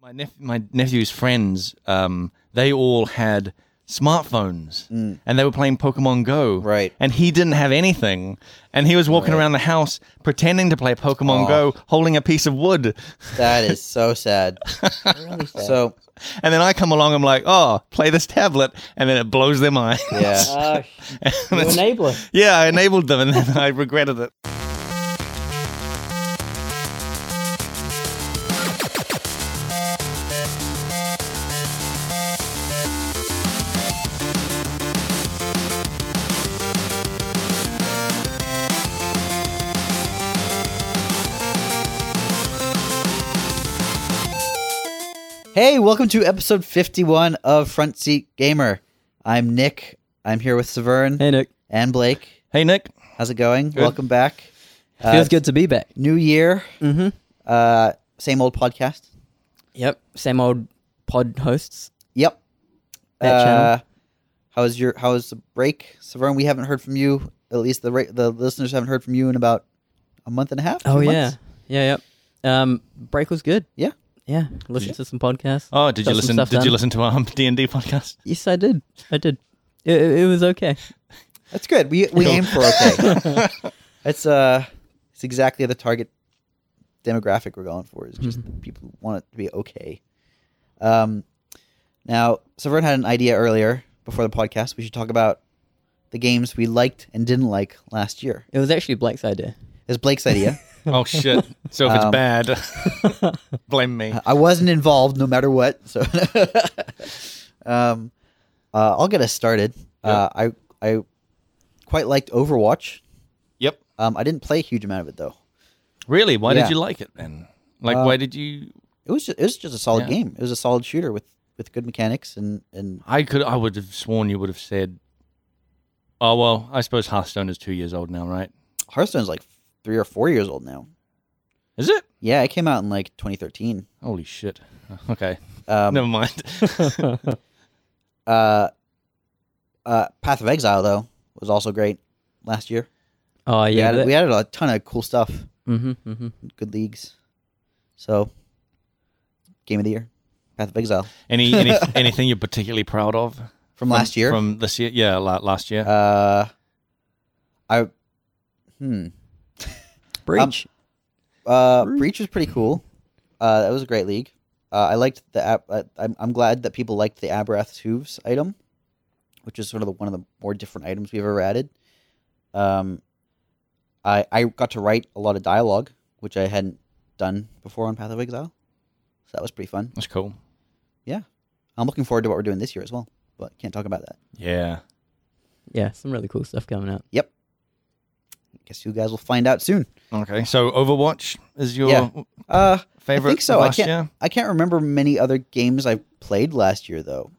my nep- my nephew's friends, um, they all had smartphones and they were playing Pokemon Go. Mm. Right. And he didn't have anything, and he was walking around the house pretending to play Pokemon Go, holding a piece of wood. That is so sad. really sad. So And then I come along, I'm like, oh, play this tablet, and then it blows their mind. yeah. Uh, And you it's- enabler. yeah, I enabled them, and then I regretted it. Hey, welcome to episode 51 of Front Seat Gamer. I'm Nick. I'm here with Severn Hey Nick, and Blake. Hey, Nick. How's it going? Welcome back. Uh, feels good to be back. New year. Mm-hmm. Uh, same old podcast. Yep, same old pod hosts. Yep. That channel. How's your How's the break, Severn? We haven't heard from you. At least the ra- the listeners haven't heard from you in about a month and a half. two Oh yeah, months? yeah, yep. Um, break was good. yeah. Yeah, listened to some podcasts. Oh, did you Got some listen? stuff Did you done. listen to our D and D podcast? Yes, I did. I did. It, it, it was okay. That's good. We we aim for okay. it's uh, it's exactly the target demographic we're going for. Is just people who want it to be okay. Um, now Severn had an idea earlier before the podcast. We should talk about the games we liked and didn't like last year. It was actually Blake's idea. It's Blake's idea. Oh shit! So if it's Um, bad, blame me. I wasn't involved, no matter what. So, um, uh, I'll get us started. Uh, I I quite liked Overwatch. Yep. Um, I didn't play a huge amount of it though. Really? Why Yeah. Uh, did you like it then? Like, why did you? It was just, it was just a solid Yeah. game. It was a solid shooter with, with good mechanics and, and I could. I would have sworn you would have said. Oh well, I suppose Hearthstone is two years old now, right? Hearthstone's like three or four years old now. Is it? Yeah, it came out in like 2013. Holy shit! Okay, Um, never mind. uh, uh, Path of Exile though was also great last year. Oh We yeah. added, we added a ton of cool stuff, mm-hmm, mm-hmm. good leagues. So, game of the year, Path of Exile. any, any anything you're particularly proud of from from last year. From this year? Yeah, la- last year. uh, I hmm. Breach. Uh, Breach was pretty cool. Uh, that was a great league. Uh, I liked the app. Uh, I'm, I'm glad that people liked the Abrath's hooves item, which is sort of the, one of the more different items we've ever added. Um, I I got to write a lot of dialogue, which I hadn't done before on Path of Exile, so that was pretty fun. That's cool. Yeah, I'm looking forward to what we're doing this year as well, but can't talk about that. Yeah. yeah, some really cool stuff coming out. Yep, guess you guys will find out soon. Okay. So Overwatch is your Yeah. Uh, favorite I think so. of I last can't. year. I can't remember many other games I played last year though.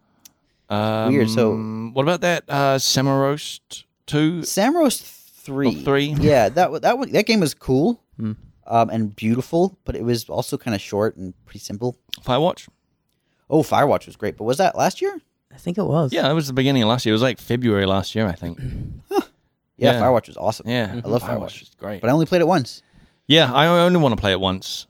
Um, weird, so- what about that uh, Samarost two? Samros three, Oh, three. Hmm. Yeah, that wa- that wa- that game was cool, um, and beautiful, but it was also kind of short and pretty simple. Firewatch. Oh, Firewatch was great, but was that last year? I think it was. Yeah, it was the beginning of last year. It was like February last year, I think. Yeah, Yeah. Firewatch was awesome. Yeah, I love Firewatch. It's great. but I only played it once. yeah, I only want to play it once.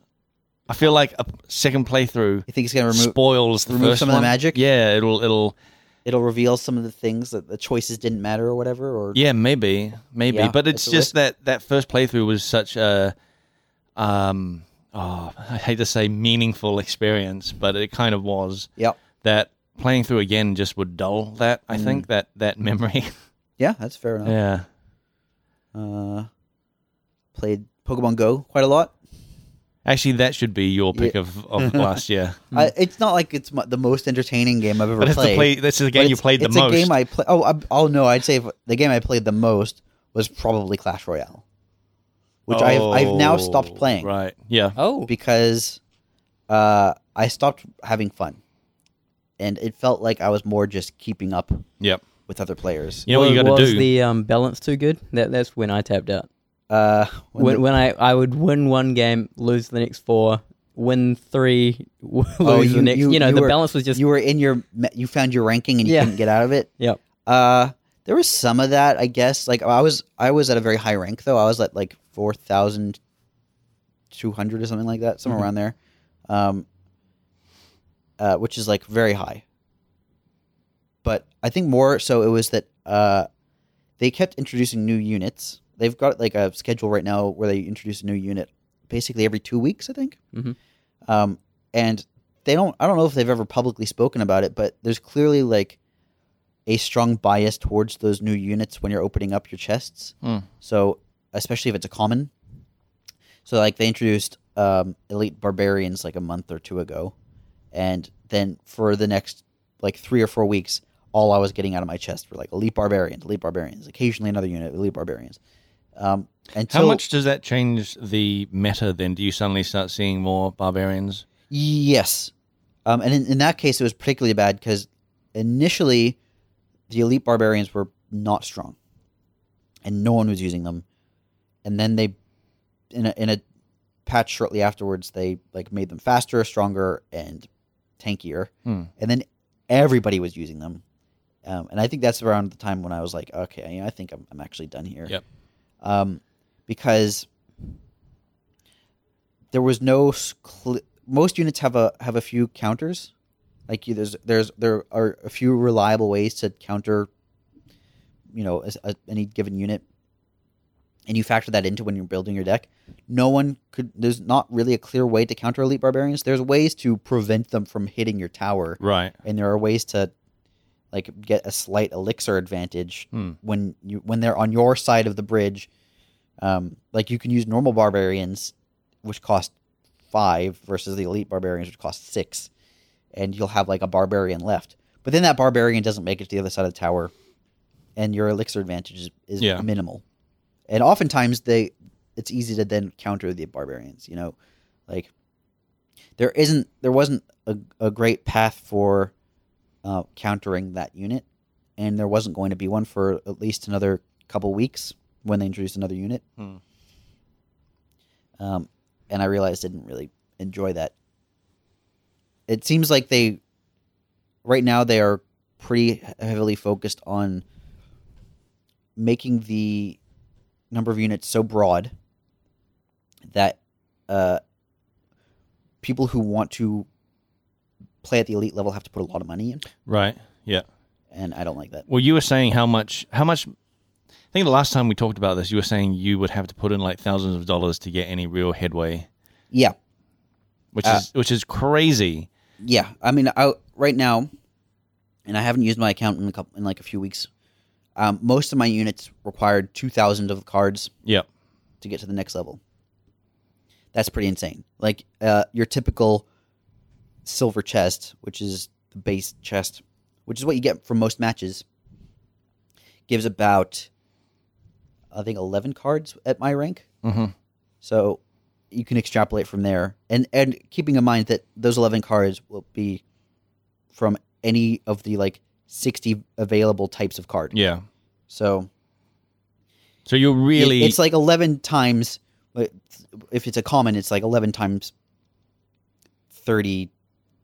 I feel like a second playthrough You think it's gonna remove? spoils the remove first some of the one. magic? Yeah, it'll it'll it'll reveal some of the things that the choices didn't matter or whatever. Or yeah maybe maybe. Yeah, but it's it's a just risk. that that first playthrough was such a um oh I hate to say meaningful experience, but it kind of was Yep. that playing through again just would dull that. I think that that memory. Mm. yeah, that's fair enough. yeah. Uh, played Pokemon Go quite a lot. Actually, that should be your pick Yeah. of, of last year. I, it's not like it's mu the most entertaining game I've ever Hmm. But it's the played. play. This is the but game you it's- played the it's most. a game I play. Oh, I, oh no! I'd say if- the game I played the most was probably Clash Royale, which I've I've now stopped Oh, playing Right. Yeah. Oh. because uh, I stopped having fun, and it felt like I was more just keeping up Yep. with other players. You know what you got to was do. the um, balance too good? That that's when I tapped out. Uh, when When the- when I I would win one game, lose the next four, win three, lose oh, the next. You, know, the were- balance was just. you were in your me- you found your ranking and you Yeah. couldn't get out of it. yep. Uh, there was some of that, I guess. Like I was, I was at a very high rank though. I was at like four thousand two hundred or something like that, somewhere around there. Um, uh, which is like very high. But I think more so it was that uh, they kept introducing new units. They've got like a schedule right now where they introduce a new unit basically every two weeks, I think. Mhm. Um, and they don't. I don't know if they've ever publicly spoken about it, but there's clearly like a strong bias towards those new units when you're opening up your chests. Hmm. So especially if it's a common. So like they introduced um, elite barbarians like a month or two ago, and then for the next like three or four weeks, all I was getting out of my chest were like elite barbarians, elite barbarians, occasionally another unit, elite barbarians. Um, How until, much does that change the meta then? Do you suddenly start seeing more barbarians? Yes. Um, and in, in that case, it was particularly bad because initially the elite barbarians were not strong and no one was using them. And then they, in a, in a patch shortly afterwards, they like made them faster, stronger, and tankier. Hmm. And then everybody was using them. Um, and I think that's around the time when I was like, okay, I think I'm, I'm actually done here. Yep. Um, because there was no s- cl- most units have a have a few counters like you, there's there's there are a few reliable ways to counter you know as, a, any given unit and you factor that into when you're building your deck no one could there's not really a clear way to counter elite barbarians there's ways to prevent them from hitting your tower Right. and there are ways to like get a slight elixir advantage Hmm. when you when they're on your side of the bridge um, like you can use normal barbarians which cost five versus the elite barbarians which cost six and you'll have like a barbarian left but then that barbarian doesn't make it to the other side of the tower and your elixir advantage is, is Yeah. minimal and oftentimes they it's easy to then counter the barbarians you know like there isn't there wasn't a, a great path for uh, countering that unit and there wasn't going to be one for at least another couple weeks when they introduced another unit Hmm. um, and i realized i didn't really enjoy that it seems like they right now they are pretty heavily focused on making the number of units so broad that uh, people who want to play at the elite level have to put a lot of money in, Right. Yeah. and I don't like that. Well, you were saying how much? How much? I think the last time we talked about this, you were saying you would have to put in like thousands of dollars to get any real headway, Yeah, which Uh, is which is crazy. yeah. I mean, I, right now, and I haven't used my account in a couple in like a few weeks. Um, most of my units required two thousand of the cards Yep. to get to the next level. That's pretty insane. Like uh, your typical silver chest, which is the base chest, which is what you get from most matches, gives about I think eleven cards at my rank. Mm-hmm. So you can extrapolate from there, and and keeping in mind that those eleven cards will be from any of the like sixty available types of card. Yeah. So So you're it- really it's like 11 times like, if it's a common it's like 11 times 30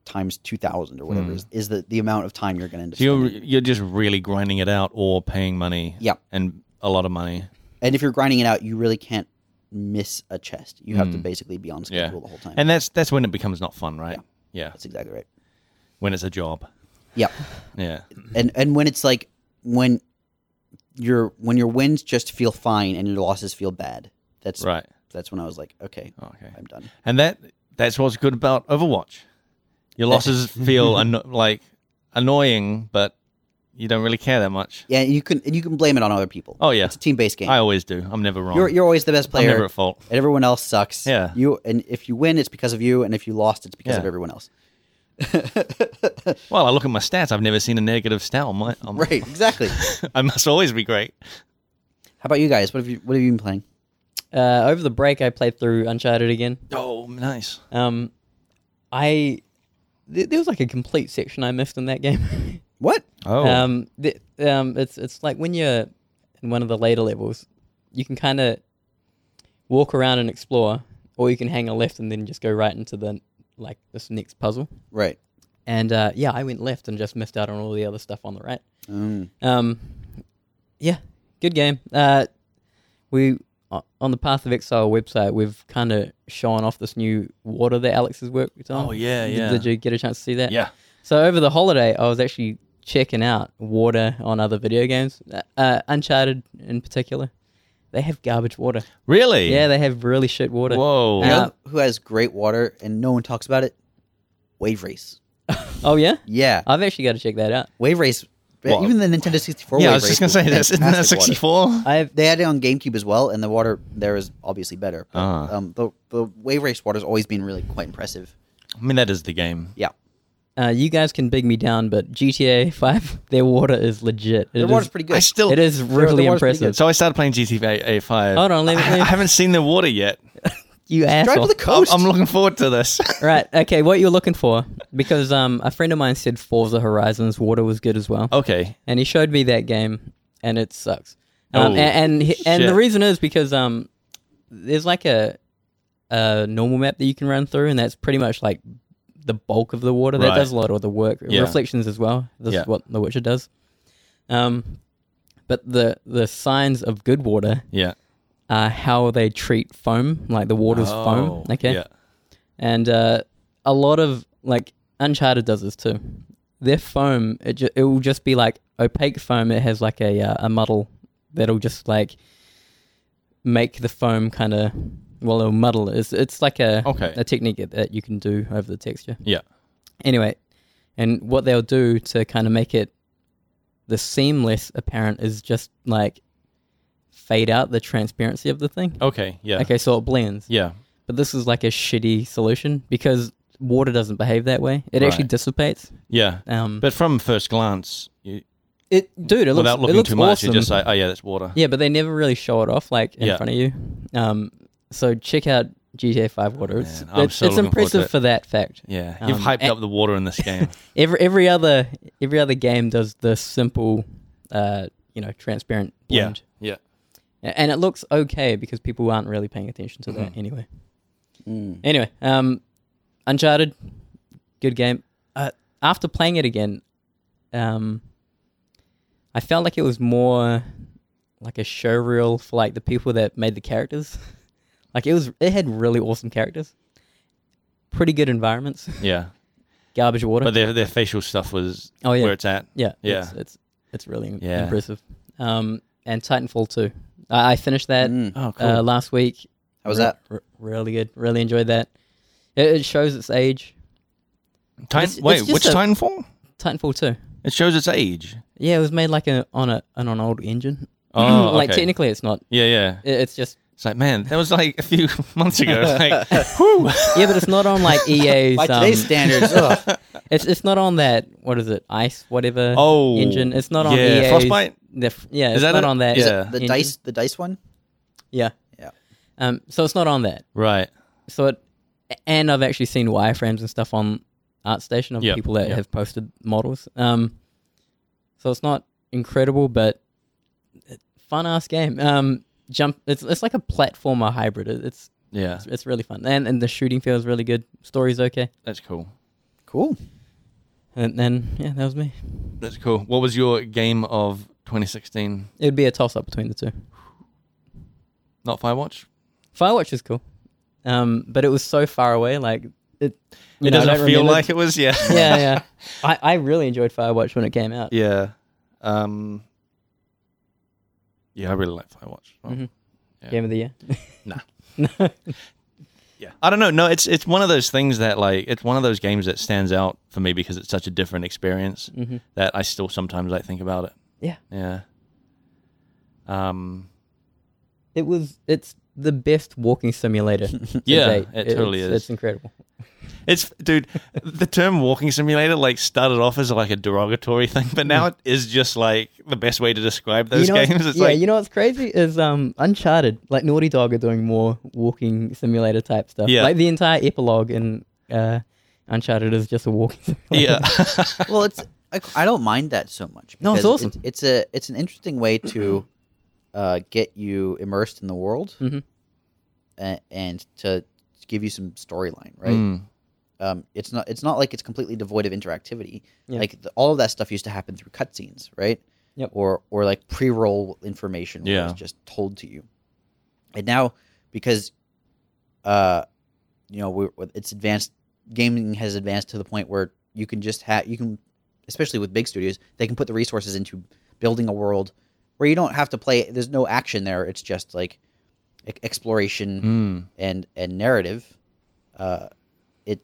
times 2000 or whatever Hmm. is, is the, the amount of time you're going to end up so you're spending. you're just really grinding it out or paying money. Yeah. And a lot of money. and if you're grinding it out you really can't miss a chest you have to Hmm. basically be on Yeah. schedule the whole time And that's that's when it becomes not fun, right? Yeah. that's exactly right When it's a job. yeah Yeah. and and when it's like when your when your wins just feel fine and your losses feel bad that's Right. Oh. that's when i was like okay Okay. i'm done And that that's what's good about Overwatch. Your losses feel anno- like annoying, but you don't really care that much. yeah and you can and you can blame it on other people Oh, yeah. it's a team-based game I always do. I'm never wrong. you're, you're always the best I'm player never at fault. and everyone else sucks. Yeah. You and if you win, it's because of you, and if you lost, it's because of Yeah. everyone else. Well, I look at my stats. I've never seen a negative stat on my. On Right. Exactly. How I must always be great. about you guys? What have you What have you been playing? Uh, over the break, I played through Uncharted again. Oh, nice. Um, I th- there was like a complete section I missed in that game. What? Oh, Um, th- um, it's it's like when you're in one of the later levels, you can kind of walk around and explore, or you can hang a left and then just go right into the like this next puzzle. Right. And uh, yeah, I went left and just missed out on all the other stuff on the right. Mm. Um, yeah, good game. Uh, we o- on the Path of Exile website, we've kind of shown off this new water that Alex has worked on. Oh, yeah, Did- yeah. Did you get a chance to see that? Yeah. So over the holiday, I was actually checking out water on other video games, uh, uh, Uncharted in particular. They have garbage water. Really? Yeah, they have really shit water. Whoa. You know Uh, who has great water and no one talks about it? Wave Race. Oh yeah, Yeah, I've actually got to check that out. Wave Race. uh, Well, even the Nintendo 64. yeah, Wave I was Race just gonna say this. Isn't that fantastic water. 64? I have They had it on GameCube as well, and the water there is obviously better. But, Ah. um, the the Wave Race water's always been really quite impressive. I mean, that is the game. Yeah, uh, you guys can big me down, but GTA Five, their water is legit. It the water's is- pretty I good. still. It is really water's pretty impressive. So I started playing GTA 5. Hold on, let me- I, let me- I haven't seen the water yet. You asshole. Drive to the I'm, coast. I'm looking forward to this. right. Okay. What you're looking for? Because um, a friend of mine said Forza Horizons water was good as well, okay. and he showed me that game, and it sucks. Um, Oh, a- and he- and, the shit. reason is because um, there's like a a normal map that you can run through, and that's pretty much like the bulk of the water that Right. does a lot of the work. Yeah. Reflections as well. This Yeah. is what The Witcher does. Um, but the the signs of good water Yeah. are how they treat foam, like the water's foam. Oh, Okay Yeah. and uh, a lot of like Uncharted does this too. Their foam, it ju- it will just be like opaque foam. It has like a uh, a muddle that'll just like make the foam kind of well, it'll muddle. It's it's like a Okay. a technique that- that you can do over the texture. Yeah. Anyway, and what they'll do to kind of make it the seamless apparent is just like fade out the transparency of the thing. Okay. Oh, Yeah. Okay, so it blends Yeah. but this is like a shitty solution because water doesn't behave that way. It actually Right. dissipates. Yeah. Um, But from first glance, you, it, dude, it looks, without it looking looks too much, awesome. you're just like, oh yeah, that's water. yeah, but they never really show it off like in Yeah. front of you. Um, so check out GTA Five water. It's, Man, I'm it's, so it's looking forward to impressive it. for that fact. Yeah. You've Um, hyped a- up the water in this game. Every every other every other game does the simple, uh, you know, transparent yeah. blend, Yeah. A- and it looks okay because people aren't really paying attention to Mm-hmm. that anyway. Mm. Anyway, um, Uncharted, good game. Uh, after playing it again, um, I felt like it was more like a showreel for like the people that made the characters. like it was, it had really awesome characters, pretty good environments, Yeah. garbage water. But their their facial stuff was oh yeah, where it's at. yeah, yeah. It's it's, it's really im- Yeah. impressive. Um, and Titanfall two, I, I finished that Mm. Oh, uh, last week. How was Re- that? re- really good. Really enjoyed that. It, it shows its age. Titan- it's- it's wait, just which a- Titanfall? Titanfall two. It shows its age. Yeah, it was made like a on a on an old engine. Oh, like okay. technically it's not. Yeah, yeah. It- It's just It's like, man, that was like a few months ago. Like, whew. yeah, but it's not on like EA's. By um, today's standards, ugh. it's it's not on that what is it ice whatever Oh, engine. It's not on yeah, EA's. Frostbite? The f- yeah, it's that not it? on that. Is it the engine. dice, the dice one. Yeah, Yeah. Um, so it's not on that. right. So it, and I've actually seen wireframes and stuff on ArtStation of Yep, people that yep. have posted models. Um, so it's not incredible, but fun ass game. Um, jump. It's it's like a platformer hybrid. It- It's Yeah, it's, it's really fun, and and the shooting feels really good. Story's okay, that's cool. Cool. and then yeah, that was me. That's cool. What was your game of 2016? It would be a toss up between the two. Not Firewatch. Firewatch is cool, um, but it was so far away. Like it, you It know, I doesn't don't feel remember- like it was. Yeah, yeah, yeah. I, I really enjoyed Firewatch when it came out. yeah. Um, yeah, I really like Firewatch. Oh, Mhm. yeah. Game of the year. Nah. no. Yeah, I don't know. No, it's it's one of those things that like it's one of those games that stands out for me because it's such a different experience Mhm. that I still sometimes like think about it. Yeah. Yeah. Um. It was. It's the best walking simulator. to Yeah, date. it totally it's, is. It's incredible. It's dude, the term walking simulator like started off as like a derogatory thing, but now it is just like the best way to describe those Mm. you know what's- games. It's yeah, like you know what's crazy is um Uncharted. Like Naughty Dog are doing more walking simulator type stuff. Yeah. Like the entire epilogue in uh, Uncharted is just a walking. Simulator. yeah, well, it's I, I don't mind that so much. No, it's because awesome. It's, it's a it's an interesting way to uh, get you immersed in the world Mhm. a- and to give you some storyline, right? Mm. Um, it's not it's not like it's completely devoid of interactivity. Yeah. Like the, all of that stuff used to happen through cutscenes, right? Yep. Or or like pre-roll information, where Yeah. it's just told to you. And now, because, uh, you know, we're, with- it's advanced. Gaming has advanced to the point where you can just have you can, especially with big studios, they can put the resources into building a world where you don't have to play. There's no action there. It's just like e- exploration Mm. and and narrative. Uh, it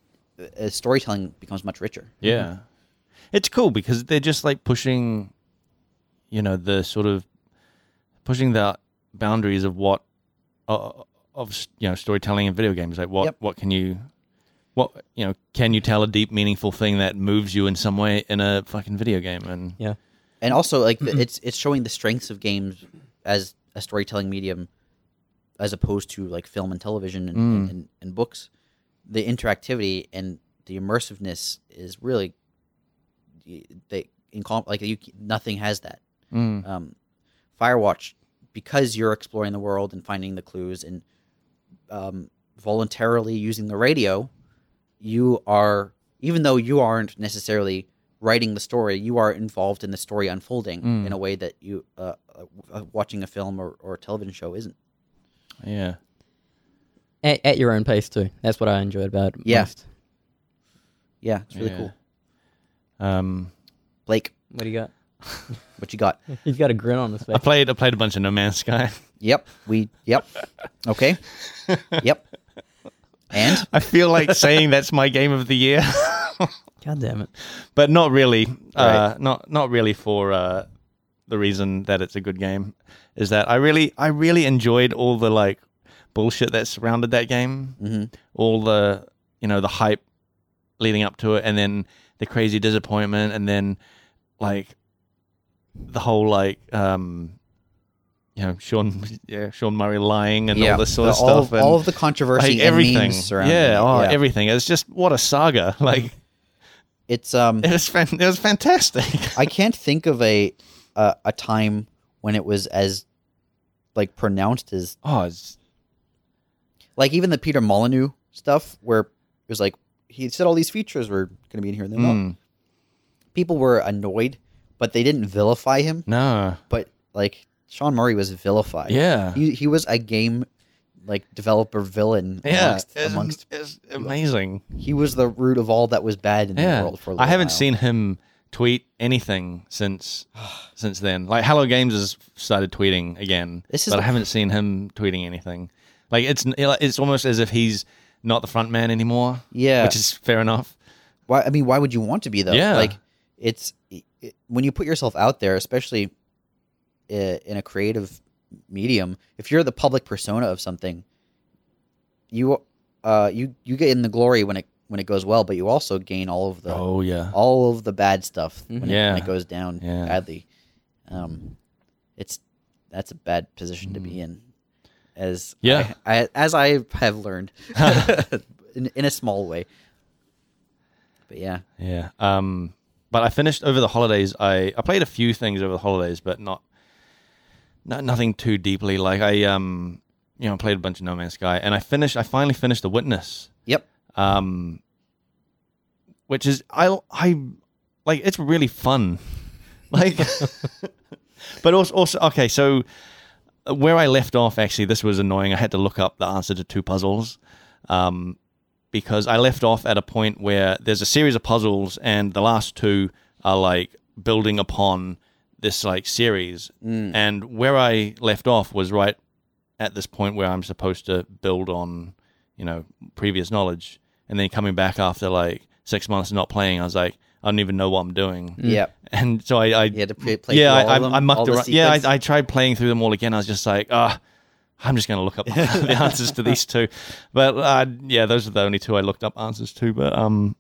uh, storytelling becomes much richer. Yeah. Mm-hmm. It's cool because they're just like pushing, you know, the sort of pushing the boundaries of what, uh, of, you know, storytelling in video games. Like what, Yep. what can you, what, you know, can you tell a deep, meaningful thing that moves you in some way in a fucking video game? And Yeah. and also like the, it's it's showing the strengths of games as a storytelling medium as opposed to like film and television and, and, and, books the interactivity and the immersiveness is really they incom- like you nothing has that Mm. um, firewatch because you're exploring the world and finding the clues and um, voluntarily using the radio you are even though you aren't necessarily writing the story you are involved in the story unfolding Mm. in a way that you uh, uh, uh, watching a film or, or a television show isn't yeah. At, at your own pace too. That's what I enjoyed about it Yeah. most. yeah it's really Yeah. cool Um, blake What do you got? what you got He's got a grin on his face. I played, I played a bunch of No Man's Sky. yep we yep okay yep and I feel like saying that's my game of the year. God damn it. but not really. Uh, not not really for uh, the reason that it's a good game is that I really I really enjoyed all the like bullshit that surrounded that game, Mhm. all the you know the hype leading up to it, and then the crazy disappointment, and then like the whole like um you know Sean yeah Sean Murray lying and all this sort of all, stuff and all of the controversy like and everything memes surrounding yeah, it. oh, everything it's just what a saga like it's um it was fan- it was fantastic I can't think of a uh, a time when it was as like pronounced as Oh, it's, like even the Peter Molyneux stuff where it was like he said all these features were going to be in here and they're not. mm, People were annoyed, but they didn't vilify him. no. But like Sean Murray was vilified. Yeah. he he was a game like developer villain. Yeah. amongst, it's, amongst it's amazing. he was the root of all that was bad in the Yeah. world for. a I little haven't while. seen him tweet anything since since then. Like Hello Games has started tweeting again, This is but I the- haven't seen him tweeting anything. Like it's it's almost as if he's not the front man anymore. Yeah. Which is fair enough. why i mean why would you want to be though Yeah. like it's it, it- when you put yourself out there especially i- in a creative medium if you're the public persona of something you uh you you get in the glory when it when it goes well but you also gain all of the Oh yeah. all of the bad stuff when, it, Mm-hmm. Yeah. when it goes down Yeah. badly um it's that's a bad position to be in as Mm. Yeah. I, I, as i have learned in, in a small way but yeah Yeah. Um, but I finished over the holidays. I, I played a few things over the holidays, but not, not nothing too deeply. Like I um you know played a bunch of No Man's Sky, and I finished. I finally finished The Witness. Yep. Um, which is I I like it's really fun, like, but also also okay. So uh, where I left off, actually, this was annoying. I had to look up the answer to two puzzles. Um, because I left off at a point where there's a series of puzzles, and the last two are like building upon this like series. And where I left off was right at this point where I'm supposed to build on, you know, previous knowledge. And then coming back after like six months of not playing, I was like, I don't even know what I'm doing. Yep. And so I, I You had to play, play Mm. yeah, through all I, of them, I, I all mucked the around. Yeah, sequence? I, I tried playing through them all again. I was just like, ah, I'm just going to look up the answers to these two. But uh, yeah, those are the only two I looked up answers to. But um,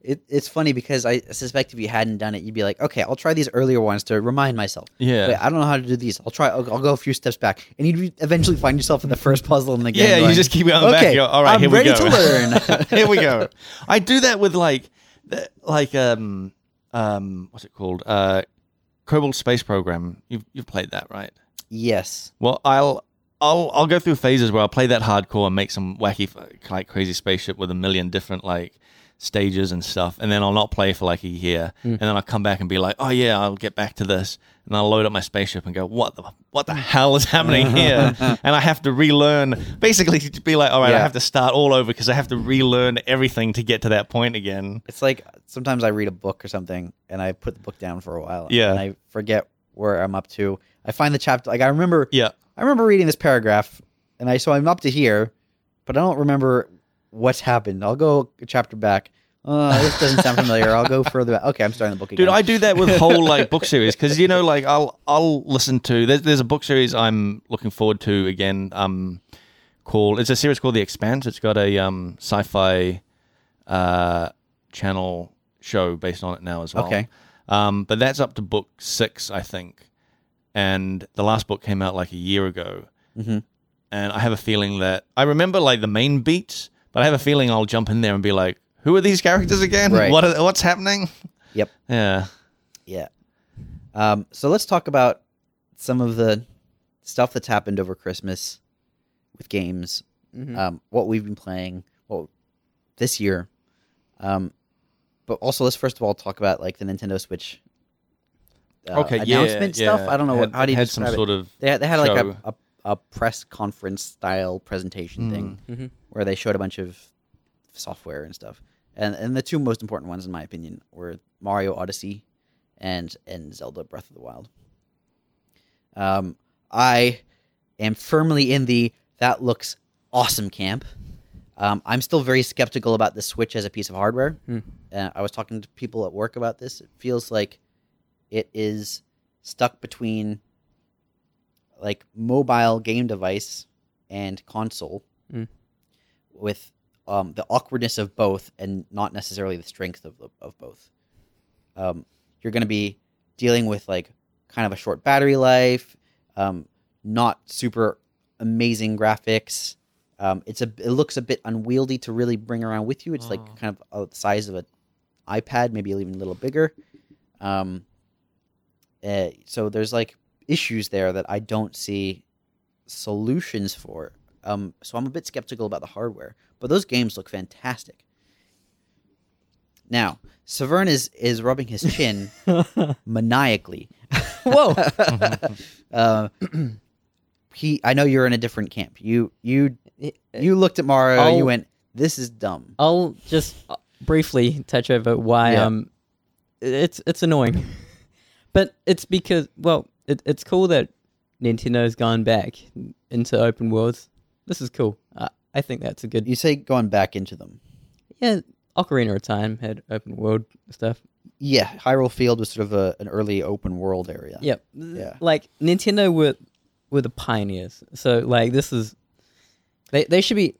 it, it's funny because I suspect if you hadn't done it, you'd be like, okay, I'll try these earlier ones to remind myself. Yeah. Wait, I don't know how to do these. I'll try. I'll, I'll go a few steps back, and you'd re- eventually find yourself in the first puzzle in the game. yeah, you going, just keep going back. "Okay, You're, all right, I'm here ready we go. to learn. here we go. I do that with like, th- like um, um, what's it called? Uh, Kerbal Space Program. You've you've played that, right? yes. Well, I'll I'll I'll go through phases where I'll play that hardcore and make some wacky f- like crazy spaceship with a million different like stages and stuff, and then I'll not play for like a year, and then I'll come back and be like, oh yeah, I'll get back to this, and I'll load up my spaceship and go, what the what the hell is happening here? and I have to relearn, basically, to be like, all right, I Yeah. have to start all over because I have to relearn everything to get to that point again. It's like sometimes I read a book or something and I put the book down for a while. Yeah. And I forget where I'm up to. I find the chapter like I remember Yeah, I remember reading this paragraph and I so I'm up to here, but I don't remember what's happened. I'll go a chapter back. Uh, this doesn't sound familiar. I'll go further back. Okay, I'm starting the book again. Dude, I do that with whole like book series because you know, like I'll I'll listen to there's there's a book series I'm looking forward to again. Um, called it's a series called The Expanse. It's got a um sci-fi, uh, channel show based on it now as well. Okay. Um, but that's up to book six, I think, and the last book came out like a year ago. Mhm. And I have a feeling that I remember like the main beats, but I have a feeling I'll jump in there and be like, "Who are these characters again? Right. What are, what's happening?" Yep. Yeah. Yeah. Um, so let's talk about some of the stuff that's happened over Christmas with games. Mm-hmm. Mhm. Um, what we've been playing. Well, this year. Um, but also let's first of all talk about like the Nintendo Switch. Uh, announcement stuff. I don't know what. How do you had describe some it? sort of They had, they had like show. a, a, a press conference style presentation thing Mhm. where they showed a bunch of software and stuff. And and the two most important ones in my opinion were Mario Odyssey and and Zelda Breath of the Wild. Um I am firmly in the that looks awesome camp. Um, I'm still very skeptical about the Switch as a piece of hardware. Hmm. Uh, I was talking to people at work about this. It feels like it is stuck between like mobile game device and console Mm. with um, the awkwardness of both and not necessarily the strength of, the- of both. Um, you're going to be dealing with like kind of a short battery life, um, not super amazing graphics. Um, it's a it looks a bit unwieldy to really bring around with you. It's Oh. like kind of uh, the size of an iPad, maybe even a little bigger. Um, uh, so there's like issues there that I don't see solutions for. Um, so I'm a bit skeptical about the hardware, but those games look fantastic. Now, Severn is is rubbing his chin maniacally. Whoa! Uh, he, I know you're in a different camp. You you You- you looked at Mario. I'll- you went, "This is dumb." I'll just uh, briefly touch over why Yeah. um it- it's it's annoying, but it's because well it, it's cool that Nintendo's gone back into open worlds. This is cool. I I think that's a good You say going back into them. yeah. Ocarina of Time had open world stuff. Yeah, Hyrule Field was sort of a, an early open world area. Yep. Yeah. Like Nintendo were were the pioneers. So like this is they they should be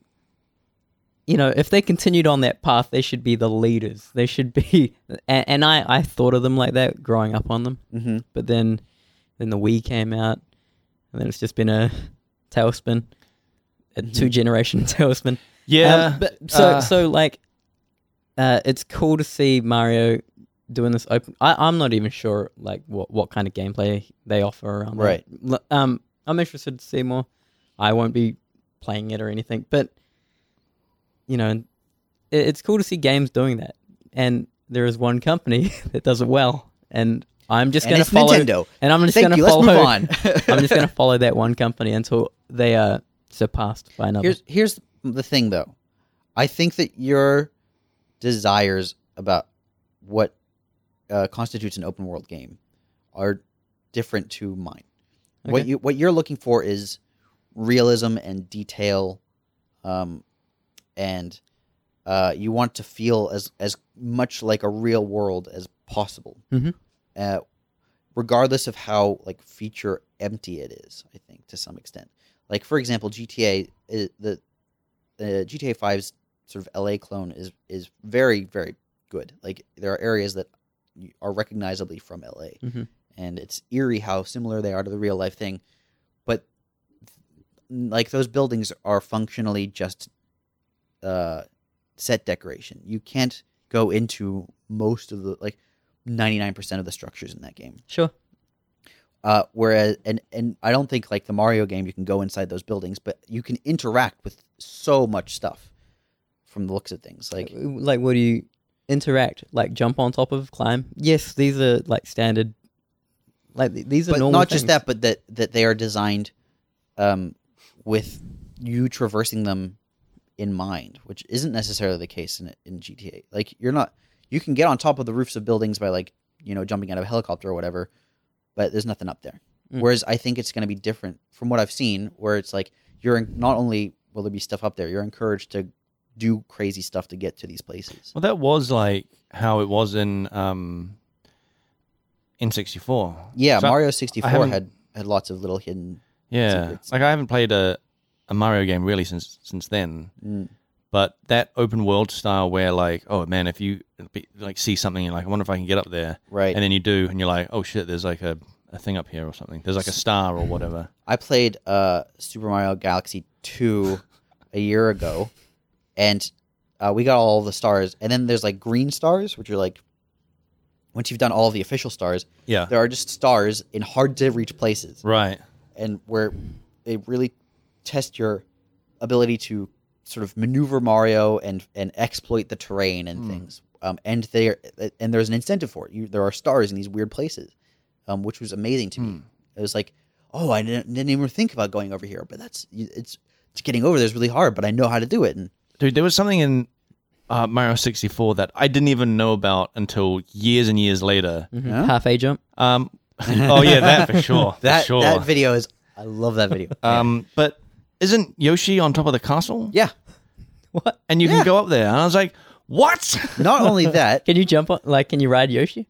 you know, if they continued on that path, they should be the leaders. They should be and, and I I thought of them like that growing up on them. hmm But then then the Wii came out and then it's just been a tailspin. A Mm-hmm. two generation tailspin. yeah. Um, but so uh, so like, uh, it's cool to see Mario doing this open. I, I'm not even sure like what what kind of gameplay they offer around. that. Right. L- Um, I'm interested to see more. I won't be playing it or anything, but you know, it, it's cool to see games doing that. And there is one company that does it well, and I'm just And going to it's follow. Nintendo. And I'm just Thank going to you. Let's follow. move on. I'm just going to follow that one company until they are surpassed by another. Here's here's the thing though. I think that your desires about what uh, constitutes an open world game are different to mine. What Okay. you what you're looking for is realism and detail, um, and uh, you want to feel as as much like a real world as possible, Mhm. uh, regardless of how like feature empty it is. I think to some extent, like for example, GTA i eh, the uh, GTA 5's sort of LA clone is is very very good. Like there are areas that y- are recognizably from LA, Mhm. and it's eerie how similar they are to the real life thing. But th- like those buildings are functionally just uh, set decoration. You can't go into most of the like ninety nine percent of the structures in that game. sure. Uh, whereas, and and I don't think like the Mario game, you can go inside those buildings, but you can interact with so much stuff. For- from the looks of things. Like like what do you interact like jump on top of climb yes these are like standard like th- these are but normal not just things. that, but that that they are designed um, with you traversing them in mind, which isn't necessarily the case in in GTA. Like you're not you can get on top of the roofs of buildings by like you know jumping out of a helicopter or whatever, but there's nothing up there. Mm. Whereas I think it's going to be different from what I've seen, where it's like you're en- not only will there be stuff up there, you're encouraged to do crazy stuff to get to these places. Well, that was like how it was in um in sixty four. Yeah, So I- Mario 64 haven't- had had lots of little hidden. Yeah, Secrets. like I haven't played a a Mario game really since since then. Mm. But that open world style where like, oh man, if you like see something, you're like, I wonder if I can get up there, Right. and then you do, and you're like, oh shit, there's like a a thing up here or something. There's like a star or whatever. I played uh, Super Mario Galaxy 2 a year ago, and uh, we got all the stars. And then there's like green stars, which are like, once you've done all the official stars, Yeah. there are just stars in hard to reach places, Right. and where they really test your ability to sort of maneuver Mario and and exploit the terrain Hmm. and things. Um, and they are, and there's an incentive for it. You, there are stars in these weird places, um, which was amazing to Hmm. me. It was like, oh, I didn't, didn't even think about going over here, but that's it's it's getting over there is really hard, but I know how to do it. And Dude, there was something in uh, Mario 64 that I didn't even know about until years and years later. Mhm. Yeah? halfway jump Mm-hmm. Um, oh yeah, that for sure. for that sure. that video is I love that video. um, but isn't Yoshi on top of the castle? yeah. what and you Yeah. can go up there. And I was like, what? Not only that, can you jump on like can you ride yoshi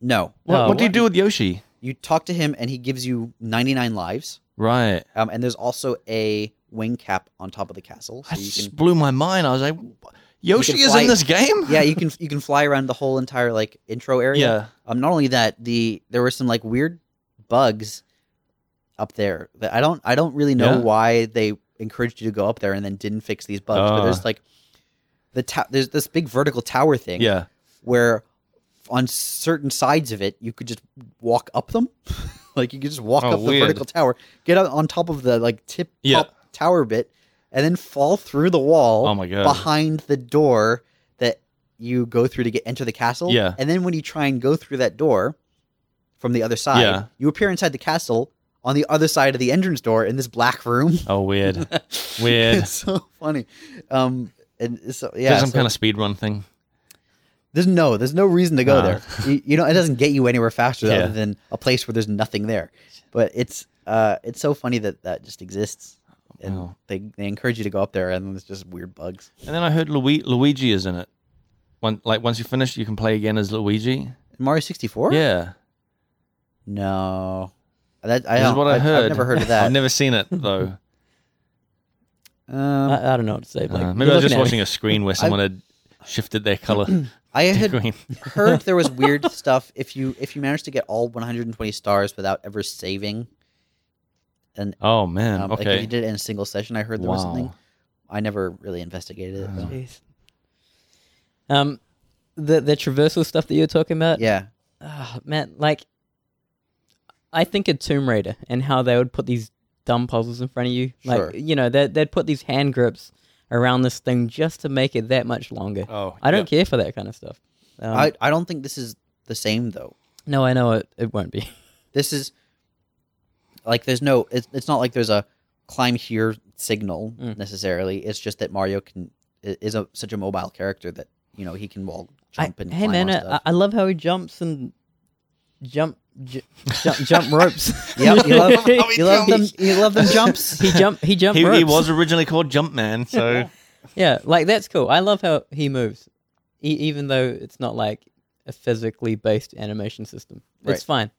no, What, Oh, what do you what? do with Yoshi? you talk to him and he gives you 99 lives. Right. Um, and there's also a wing cap on top of the castle, so That you just can blew my mind. I was like, "Wha- Yoshi is fly- in this game? yeah you can you can fly around the whole entire like intro area. Yeah. Um, not only that, the there were some like weird bugs up there that I don't I don't really know Yeah. why they encouraged you to go up there and then didn't fix these bugs. But Ah. there's like the ta- there's this big vertical tower thing Yeah. where on certain sides of it you could just walk up them like you could just walk Oh, up the weird. vertical tower get on- on top of the like tip Yeah. top tower bit and then fall through the wall Oh my God. behind the door that you go through to get enter the castle Yeah. and then when you try and go through that door from the other side Yeah. you appear inside the castle on the other side of the entrance door in this black room Oh, weird. Weird. it's so funny um and so yeah There's some so- kind of speedrun thing. there's no, there's no reason to go Ah. there. You, you know, it doesn't get you anywhere faster Yeah. other than a place where there's nothing there. But it's, uh, it's so funny that that just exists, and Wow. they they encourage you to go up there, and there's just weird bugs. And then I heard Lu- Luigi is in it. One, like once you finish, you can play again as Luigi. Mario 64? Yeah, No, that I this is don't, what I, I've- heard. I've never heard of I've that. never seen it though. um, I, I don't know what to say like, Uh, maybe I was just watching it. a screen where someone had shifted their color I to had green. heard there was weird stuff if you if you managed to get all 120 stars without ever saving. Oh man, Um, Like if okay. you did it in a single session, I heard there was something. wow. I never really investigated it. though. um the the traversal stuff that you're talking Uh. about Yeah. Ah, man, like I think of Tomb Raider and how they would put these dumb puzzles in front of you. Sure. Like you know, they they'd put these hand grips around this thing just to make it that much longer. Oh, I yeah. don't care for that kind of stuff. Um, I, I don't think this is the same though. no, I know it, it won't be. This is like there's no it's, it's not like there's a climb here signal Mm. necessarily. It's just that Mario can i- is a, such a mobile character that you know he can wall I, jump and hey climb man, on I, stuff. I love how he jumps and jump ju- jump jump ropes. Yep, you love- he you love them you love them jumps. jump he jump He, ropes. he was originally called Jumpman, so Yeah, like that's cool. I love how he moves, e- even though it's not like a physically based animation system. Right. It's fine.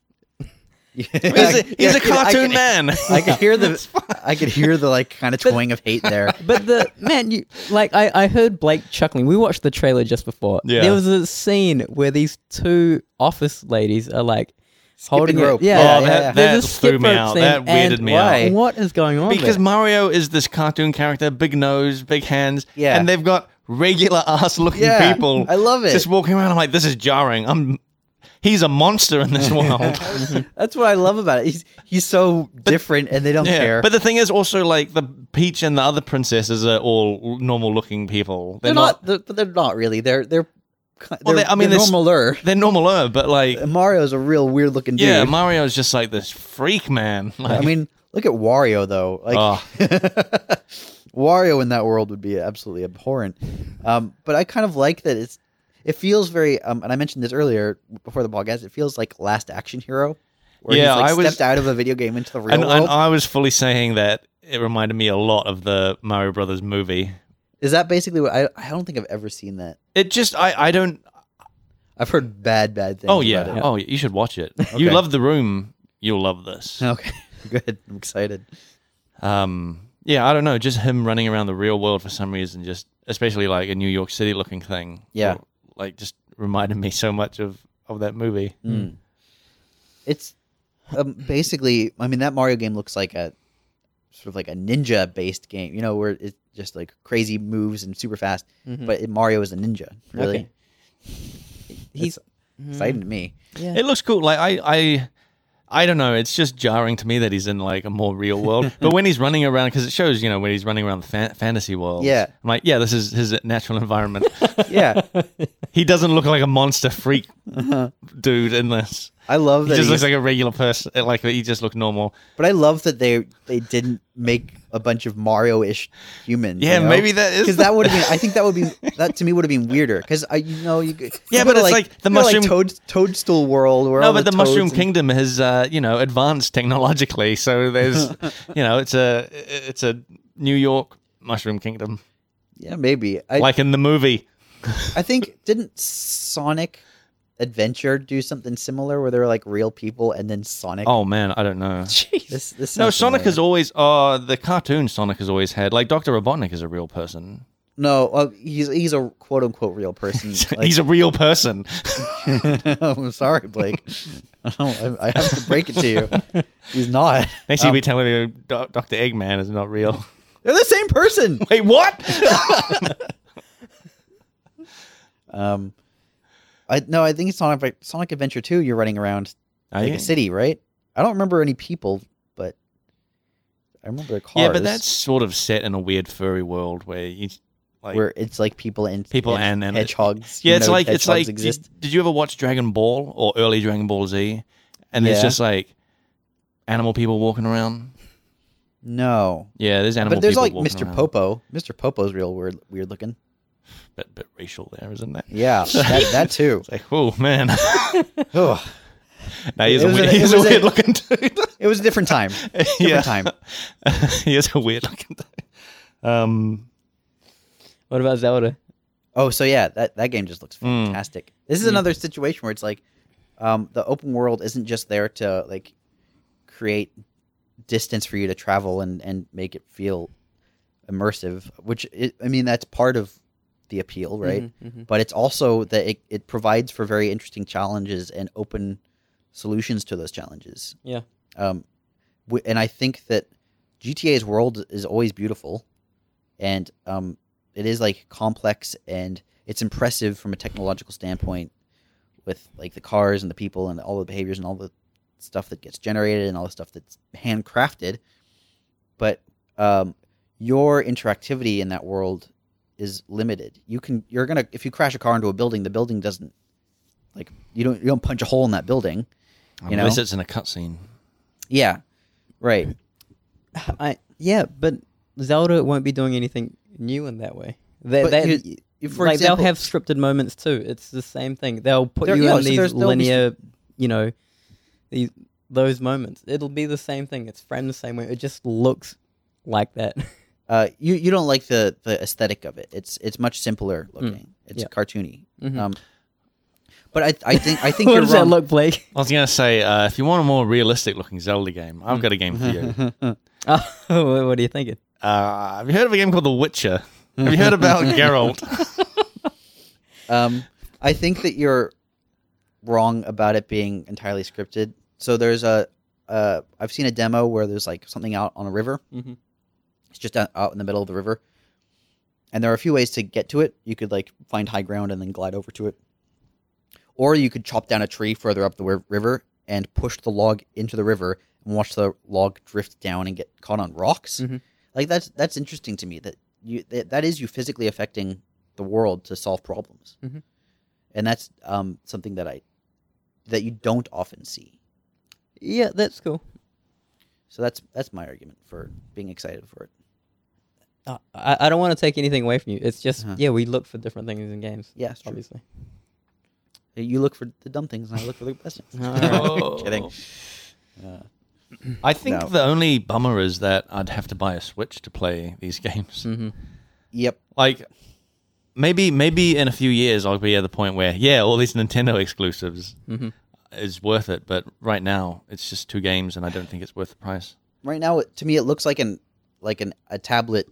he's a, he's I a could- I cartoon could- man. I could hear the I could hear the like kind of twang of hate there. But the man, you like I, I heard Blake chuckling. We watched the trailer just before. Yeah. There was a scene where these two office ladies are like holding rope. It. Yeah, Oh, yeah, that- yeah. that There's a threw skip me rope out. scene, That weirded and me out. Why? What is going on? because there? Mario is this cartoon character, big nose, big hands, Yeah. and they've got regular ass looking Yeah, people I love it. just walking around. I'm like, this is jarring. I'm he's a monster in this world. That's what I love about it. He's he's so different, and they don't care. But the thing is also like the Peach and the other princesses are all normal looking people. they're not. they're- But they're, not really. They're they're. ki- Well, they're they- I mean, they're this- normaler. they're normaler, but like And Mario's a real weird looking dude. yeah, Mario's just like this freak man. Like, I mean, look at Wario though. Like Oh. Wario in that world would be absolutely abhorrent. Um, but I kind of like that it's. It feels very, um, and I mentioned this earlier before the podcast. It feels like Last Action Hero, where Yeah, he's like I was- stepped out of a video game into the real and, world. and I was fully saying that it reminded me a lot of the Mario Brothers movie. Is that basically what I? I don't think I've ever seen that. It just I I don't I've heard bad, bad things. oh yeah about oh it. oh you should watch it. You love the room, you'll love this. Okay, good. I'm excited. Um, yeah, I don't know. Just him running around the real world for some reason, just especially like a New York City looking thing. Yeah. Or, like just reminded me so much of of that movie. Hmm. It's um, basically. I mean, that Mario game looks like a sort of like a ninja based game. You know, where it's just like crazy moves and super fast. Mm-hmm. But it, Mario is a ninja. Really Okay. He's exciting to me. yeah. It looks cool. Like I I I don't know. It's just jarring to me that he's in like a more real world. but when he's running around, because it shows, you know, when he's running around the fan- fantasy world. Yeah. I'm like, yeah, this is his natural environment. Yeah, he doesn't look like a monster freak dude in this. I love He Uh-huh. that. just looks he's- like a regular person. Like he just looked normal. but I love that they they didn't make a bunch of Mario ish humans. Yeah, you know? maybe that is because the- that would have been. I think that would be that to me would have been weirder because I you know you could- Yeah, you but go to, it's like the you go to, mushroom- toad, toadstool world where No, all but the, the Mushroom toads and- Kingdom has, uh, you know, advanced technologically. So there's, you know, it's a it's a New York Mushroom Kingdom, yeah maybe I like in the movie. I think didn't Sonic Adventure do something similar where there were like real people and then Sonic Oh man, I don't know. this this No, sounds Sonic familiar. has always, uh, the cartoon Sonic has always had. Like Doctor Robotnik is a real person. no uh, he's he's a quote unquote real person He's a real person. I'm sorry Blake I, don't- I I have to break it to you he's not Next, you'll be telling me Doctor Eggman is not real. they're the same person Wait, what? um I no I think it's Sonic Sonic Adventure two you're running around Are like you? a city right I don't remember any people but I remember cars yeah, but that's sort of set in a weird furry world where you like. where it's like people and People hedge- and- and- hedgehogs. Yeah, you it's know, like it's hedgehogs like. exist. Did, did you ever watch Dragon Ball or early Dragon Ball Z? And there's Yeah. just like animal people walking around. No, Yeah, there's animal. but there's people like walking Mr. around. Popo. Mr. Popo's real weird, weird looking. Bit, bit racial there, isn't that? Yeah, that, that too. It's like, oh man, Ugh. now he's a It was weird, a- it he's a was a- weird looking dude. It was a different time. Different yeah, time. he is a weird looking dude. Um, What about Zelda? Oh, so yeah, that that game just looks fantastic. This is another situation where it's like, um, the open world isn't just there to like create distance for you to travel and and make it feel immersive. Which i I mean, that's part of the appeal, right? But it's also that it it provides for very interesting challenges and open solutions to those challenges. Yeah. Um, w- and I think that GTA's world is always beautiful, and um, it is like complex and it's impressive from a technological standpoint, with like the cars and the people and all the behaviors and all the stuff that gets generated and all the stuff that's handcrafted. But um, your interactivity in that world is limited. You can you're gonna if you crash a car into a building, the building doesn't like you don't you don't punch a hole in that building. You know? unless it's in a cutscene. Yeah. Right. I yeah, but Zelda won't be doing anything new in that way. They, But they, you- you- for like example- they'll have scripted moments too. It's the same thing. They'll put There- you yeah, in so these there's- there'll be linear, you know, these those moments. It'll be the same thing. It's framed the same way. It just looks like that. Uh, you you don't like the the aesthetic of it. It's it's much simpler looking. It's Mm. yeah. cartoony. Mhm. Um, but I I think I think what you're does wrong. that look like? I was gonna say, uh, if you want a more realistic looking Zelda game, I've got a game for you. Oh, what are you thinking? Uh, have you heard of a game called The Witcher? Have you heard about Geralt? um, I think that you're wrong about it being entirely scripted. So there's a uh, I've seen a demo where there's like something out on a river. Mhm. It's just out, out in the middle of the river, and there are a few ways to get to it. You could like find high ground and then glide over to it, Or you could chop down a tree further up the wi- river and push the log into the river and watch the log drift down and get caught on rocks. Mhm. Like that's that's interesting to me that you that, that is you physically affecting the world to solve problems. Mhm. And that's um, something that I that you don't often see. Yeah, that's cool. So that's that's my argument for being excited for it. Uh, I, I don't want to take anything away from you. It's just Uh-huh. yeah, we look for different things in games. Yeah, it's true. obviously. You look for the dumb things, and I look for the best things. Oh. Kidding. Uh, I think No. the only bummer is that I'd have to buy a Switch to play these games. Mm-hmm. yep. Like maybe maybe in a few years I'll be at the point where yeah, all these Nintendo exclusives Mm-hmm. is worth it, but right now it's just two games and I don't think it's worth the price. Right now, it- to me, it looks like an like an a tablet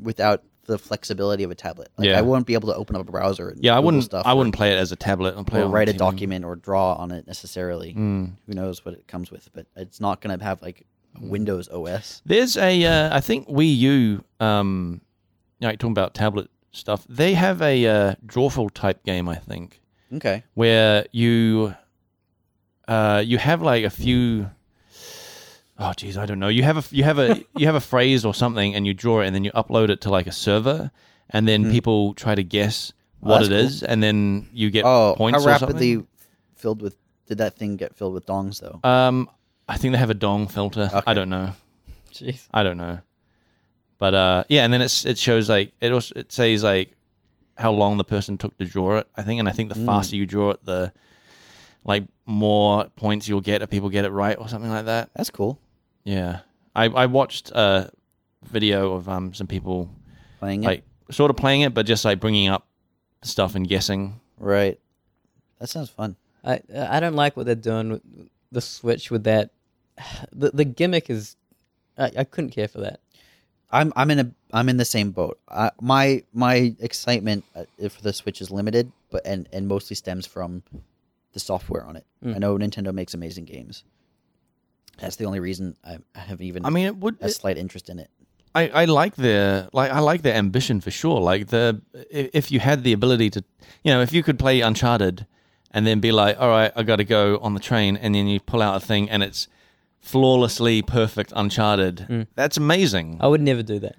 without the flexibility of a tablet. Like, Yeah. I won't be able to open up a browser. And Yeah, I Google wouldn't Stuff I or- wouldn't play it as a tablet and play it or on write a TV. document or draw on it necessarily. Mm. Who knows what it comes with? But it's not going to have like a Windows OS. There's a, uh, I think Wii U, um, you know, talking about tablet stuff. They have a uh, drawful type game, I think, Okay. where you, uh, you have like a few. Oh geez, I don't know. You have a you have a you have a phrase or something, and you draw it, and then you upload it to like a server, and then Hmm. people try to guess Oh, what it that's is, cool. and then you get Oh, points. how or rapidly something. filled with did that thing get filled with dongs though? Um, I think they have a dong filter. I Okay. don't know. Jeez. I don't know. But uh, yeah, and then it's it shows like it also it says like how long the person took to draw it. I think, and I think the Mm. faster you draw it, the like more points you'll get if people get it right or something like that. That's cool. Yeah, I I watched a video of um some people Playing it. like sort of playing it, but just like bringing up stuff and guessing. Right. That sounds fun. I I don't like what they're doing with the Switch with that. The the gimmick is, I, I couldn't care for that. I'm I'm in a I'm in the same boat. I, my my excitement uh, for the Switch is limited, but and and mostly stems from the software on it. Hmm. Mm. I know Nintendo makes amazing games. That's the only reason I, I have even I mean, it would. a slight interest in it. I, I like their like I like their ambition for sure. Like the i- if you had the ability to, you know, if you could play Uncharted and then be like, all right, I got to go on the train, and then you pull out a thing and it's flawlessly perfect Uncharted. That's amazing. I would never do that.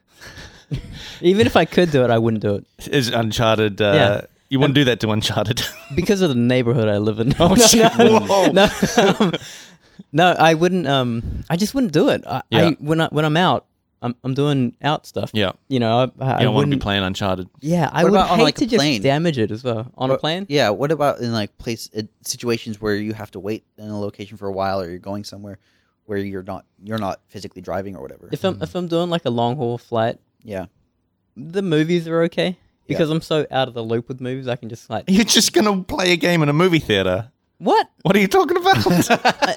Even if I could do it, I wouldn't do it Is Uncharted? Uh, Yeah. You wouldn't do that to Uncharted. because of the neighborhood I live in. Oh shit. Whoa. no, um, no, I wouldn't. Um, I just wouldn't do it. I, Yeah. I when I when I'm out, I'm I'm doing out stuff. yeah, You know, I, I, you I don't want to be wouldn't. playing Uncharted. Yeah, I What would about on, hate like, a to just plane? damage it as well on a What- plane. Yeah. What about in like place uh, situations where you have to wait in a location for a while, or you're going somewhere where you're not you're not physically driving or whatever? If I'm if I'm doing like a long haul flight, yeah. the movies are okay because I'm so out of the loop with movies. I can just like You're just gonna play a game in a movie theater. what What are you talking about?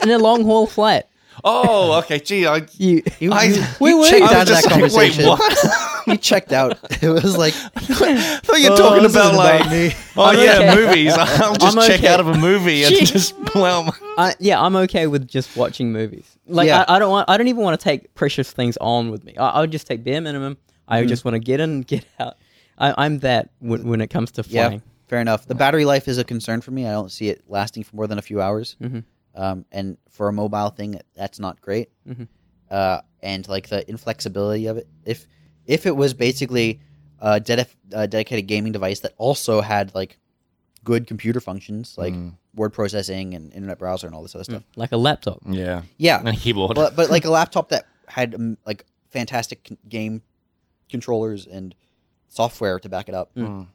in a long haul flight? oh, okay. Gee, I. You You, I- you, Wait, you wait. checked I was out of that just like, wait, conversation. what? You checked out. It was like I thought you were Oh, talking this about isn't like, about me. oh I'm yeah, okay. movies. I'll just I'm check okay. out of a movie and Jeez. just pull out. my- I, yeah, I'm okay with just watching movies. Like Yeah. I, I don't want, I don't even want to take precious things on with me. I, I'll just take bare minimum. I Mm-hmm. just want to get in, get out. I, I'm that when, when it comes to Yeah, flying. fair enough. The battery life is a concern for me. I don't see it lasting for more than a few hours. Mhm. Um, and for a mobile thing, that's not great. Mhm. Uh, and like the inflexibility of it. If if it was basically a dedif- uh, dedicated gaming device that also had like good computer functions, like word processing and internet browser and all this other stuff. Like a laptop. Yeah, Yeah, and a keyboard. but but like a laptop that had um, like fantastic con- game controllers and software to back it up. Mm.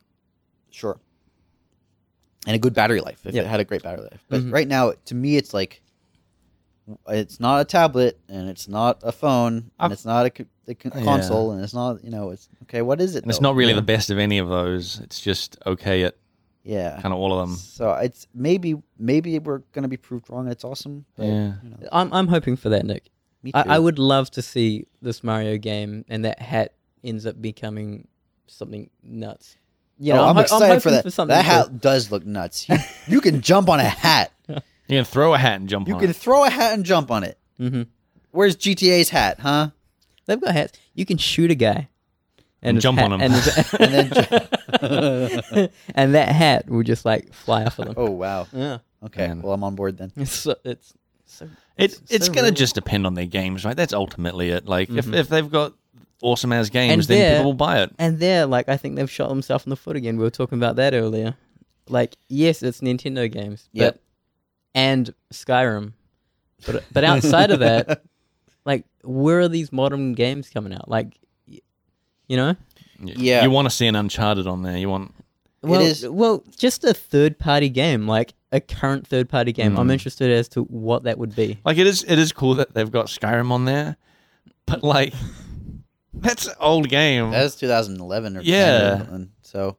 Sure. And a good battery life. If Yep. it had a great battery life. But Mhm. right now, to me, it's like it's not a tablet, and it's not a phone, I've- and it's not a, co- a con- Yeah. console, and it's not you know it's okay. What is it? and it's though? not really Yeah. the best of any of those. It's just okay at yeah. kind of all of them. So it's maybe maybe we're gonna be proved wrong, and it's awesome. But, Yeah. you know, I'm I'm hoping for that, Nick. me too. I, I would love to see this Mario game and that hat ends up becoming something nuts. You Oh, know, I'm, ho- excited hoping for that. something that cool. hat does look nuts. You, you can jump on a hat. You can throw a hat and jump You on can it. throw a hat and jump on it. Mhm. Mm-hmm. Where's GTA's hat, huh? They've got hats. You can shoot a guy. And his jump hat- on 'em. and, his- And then and that hat will just like fly off of them. oh wow. Yeah, Okay. Man. Well, I'm on board then. it's so, it's so It, it's so going to real. just depend on their games, right? That's ultimately it. Like, if, Mhm. if they've got awesome ass And games, they're- then people will buy it. And there, like, I think they've shot themselves in the foot again. We were talking about that earlier. Like, yes, it's Nintendo games, but Yep. and Skyrim, but but outside of that, like, where are these modern games coming out? Like, y- you know, Y- Yeah. You want to see an Uncharted on there. You want. well, is- well, just a third party game, like a current third party game. I'm interested as to what that would be. Like, it is, it is cool that they've got Skyrim on there, but, like, that's an old game. That was 2011 or 10 or Yeah. something, So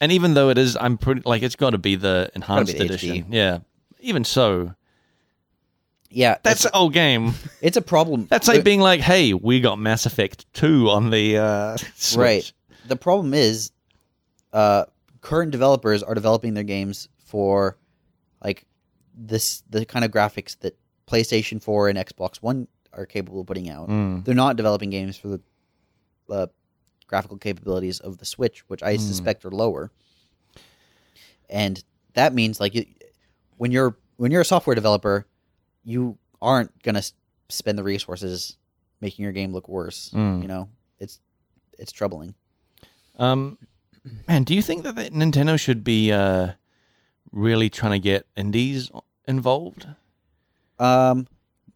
and even though it is, I'm pretty. Like, it's got to be the enhanced the HD. edition. Yeah. Even so, yeah, that's it's, an old game. it's a problem. That's There- like being like, "Hey, we got Mass Effect two on the uh, Switch." Right. The problem is, uh, current developers are developing their games for like this the kind of graphics that PlayStation Four and Xbox One are capable of putting out. Mm. They're not developing games for the uh, graphical capabilities of the Switch, which I Mm. suspect are lower. And that means like you, when you're when you're a software developer, you aren't gonna s- spend the resources making your game look worse. Mm. You know, it's it's troubling. Um, man, do you think that, that Nintendo should be uh, really trying to get indies involved? Um,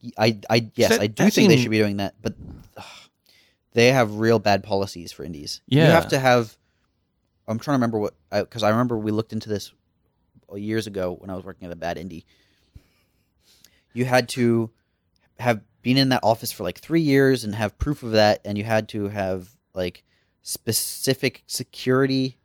y- I, I, yes, That- I do that think they seem- should be doing that, but ugh, they have real bad policies for indies. you Yeah. have to have. I'm trying to remember what because I, remember we looked into this years ago when I was working at a bad indie. You had to have been in that office for like three years and have proof of that, and you had to have like specific security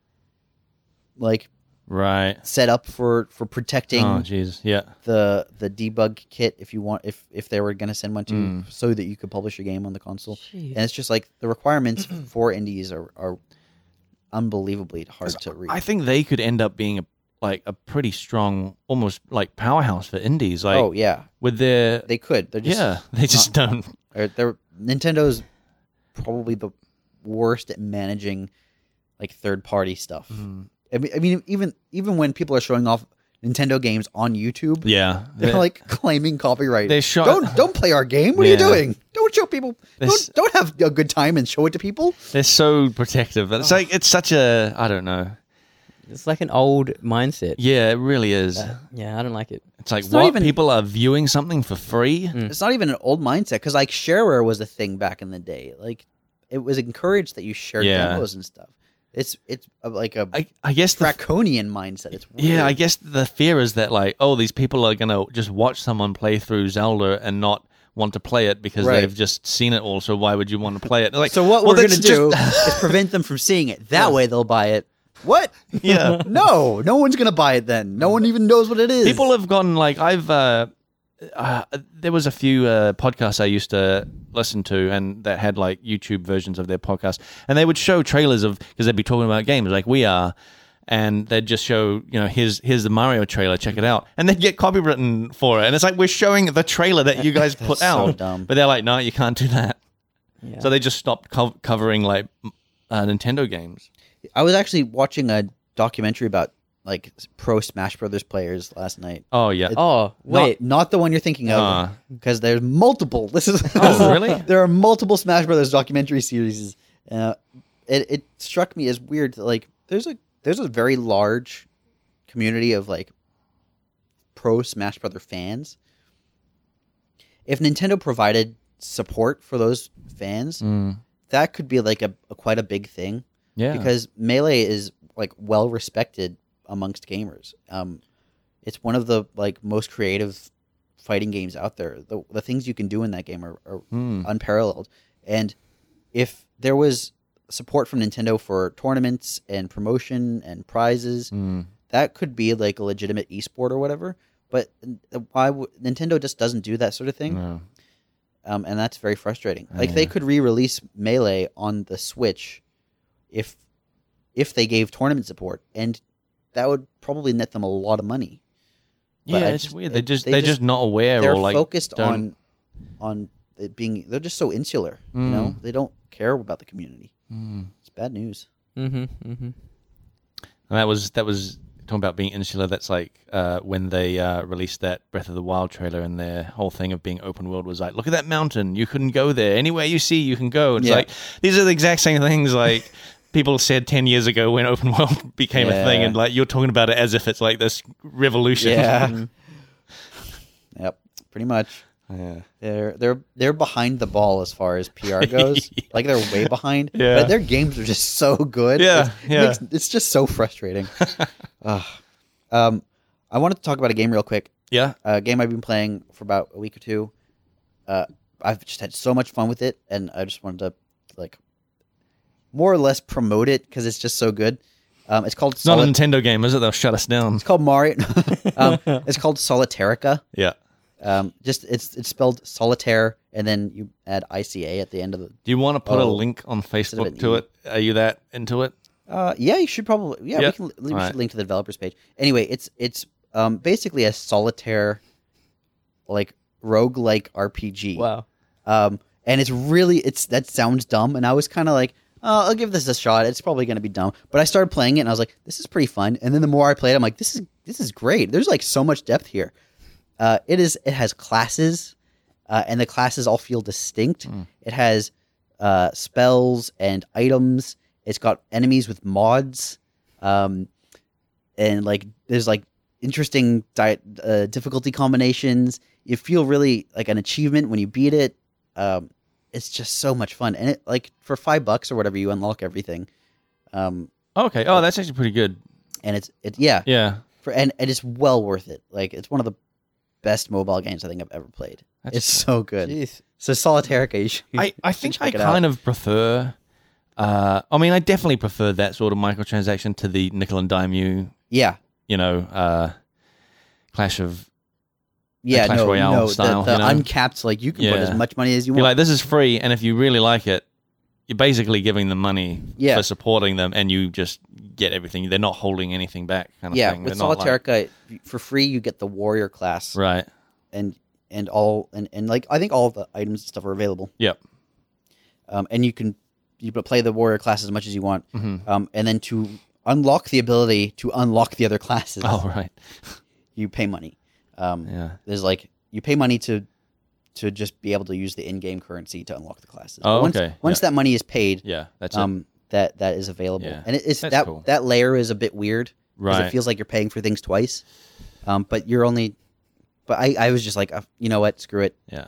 like Right. set up for for protecting Oh, jeez. Yeah. the the debug kit if you want if if they were going to send one to you Mm. so that you could publish your game on the console Jeez. and it's just like the requirements for indies are are unbelievably hard to read I think they could end up being a like a pretty strong, almost like powerhouse for indies. Like oh yeah with their they could they're just yeah, they just don't. or they're nintendo's probably the worst at managing like third party stuff Mm. I, mean, I mean even even when people are showing off nintendo games on youtube Yeah. they're They're- like claiming copyright They're shot. don't don't play our game what are you Yeah. doing don't show people This- don't, don't have a good time and show it to people They're so protective. It's Oh. like it's such a I don't know. It's like an old mindset. Yeah, it really is. Yeah, I don't like it. It's like It's not what even- Mm. people are viewing something for free. It's not even an old mindset because like shareware was a thing back in the day. Like it was encouraged that you shared Yeah. demos and stuff. It's it's uh, like a I, I guess the, draconian mindset. It's weird. yeah, I guess the fear is that like oh these people are gonna just watch someone play through Zelda and not want to play it because Right. they've just seen it all. So why would you want to play it? Like so what well, we're gonna that's do just- is prevent them from seeing it. That way they'll buy it. What? yeah, No, no one's gonna buy it then. No one even knows what it is. people have gone like I've. Uh, uh, there was a few uh, podcasts I used to listen to, and that had like YouTube versions of their podcast, and they would show trailers of because they'd be talking about games like we are, and they'd just show you know here's here's the Mario trailer, check it out, and they'd get copywritten for it, and it's like we're showing the trailer that you guys put so out, dumb. but they're like no, you can't do that, Yeah. so they just stopped co- covering like m- uh, Nintendo games. I was actually watching a documentary about like pro Smash Brothers players last night. Oh yeah, oh Not- wait, not, the one you're thinking of, Ah. because there's multiple. This is Oh, really? there are multiple Smash Brothers documentary series. Uh, it it struck me as weird. That, like there's a there's a very large community of like pro Smash Brother fans. If Nintendo provided support for those fans, Mm. that could be like a, a quite a big thing yeah, because melee is like well respected amongst gamers. Um, it's one of the like most creative fighting games out there. The, the things you can do in that game are, are Mm. unparalleled. And if there was support from Nintendo for tournaments and promotion and prizes, Mm. that could be like a legitimate esport or whatever. But uh, why w- Nintendo just doesn't do that sort of thing, No. um, and that's very frustrating. Like Yeah. they could re-release Melee on the Switch, if if they gave tournament support, and that would probably net them a lot of money. But Yeah, I it's just- weird. They it- just they they are just- just not aware they're or like focused don't- on on it being. They're just so insular, you Mm. know. They don't care about the community. It's bad news. Mm-hmm. Mm-hmm. And that was that was talking about being insular. That's like uh, when they uh, released that Breath of the Wild trailer, and their whole thing of being open world was like, look at that mountain. You couldn't go there. Anywhere you see, you can go. It's Yeah. like these are the exact same things like people said ten years ago when open world became a thing, Yeah. and like you're talking about it as if it's like this revolution. Yeah. yep. Pretty much. yeah. They're they're they're behind the ball as far as PR goes. Like they're way behind. Yeah. But their games are just so good. Yeah, It's, yeah. It's, it's just so frustrating. Ugh. Um, I wanted to talk about a game real quick. Yeah. A game I've been playing for about a week or two. Uh, I've just had so much fun with it, and I just wanted to like more or less promote it because it's just so good. Um, it's called It's not Soli- a Nintendo game, is it? They'll shut us down. it's called Mario. um, it's called Solitarica. Yeah. Um, just it's it's spelled solitaire, and then you add ICA at the end of the. Do you want to put a Oh. link on of an Facebook to E. it? Are you that into it? Uh, yeah, you should probably yeah Yeah. we can we should Alright. link to the developers page. Anyway, it's it's um basically a solitaire, like roguelike RPG. Wow. Um, and it's really it's that sounds dumb, and I was kind of like. Oh, I'll give this a shot. It's probably going to be dumb, but I started playing it and I was like, "This is pretty fun." And then the more I played, I'm like, "This is this is great." There's like so much depth here. Uh, it is. It has classes, uh, and the classes all feel distinct. It has uh, spells and items. It's got enemies with mods, um, and like there's like interesting di- uh, difficulty combinations. You feel really like an achievement when you beat it. Um, it's just so much fun, and it like for five bucks or whatever you unlock everything. Um, Okay. Oh, that's actually pretty good. and it's it yeah, Yeah. for and it is well worth it. Like it's one of the best mobile games I think I've ever played. That's- it's so good. Jeez. So Solitarica, you should. I, I think I check it out. kind of prefer. Uh, I mean, I definitely prefer that sort of microtransaction to the nickel and dime you, yeah, you know, uh, clash of. yeah, Clash no, Royale no, the- style, the, you know? uncapped, like you can put Yeah. as much money as you You're want. like, this is free, and if you really like it, you're basically giving them money Yeah. for supporting them, and you just get everything. They're not holding anything back, kind of yeah, thing. with They're not like- Solitarica for free, you get the warrior class right? and and all and, and like I think all the items and stuff are available. Yep. Um, and you can you can play the warrior class as much as you want. Mhm. Um, and then to unlock the ability to unlock the other classes, Oh, right. you pay money. Um, Yeah. there's like you pay money to to just be able to use the in-game currency to unlock the classes. Oh, But once, okay. Once Yeah. that money is paid, Yeah. That's it. um, that that is available, Yeah. and it, it's That's that cool. that layer is a bit weird because Right. it feels like you're paying for things twice. Um, but you're only, but I I was just like, uh, you know what, screw it. Yeah.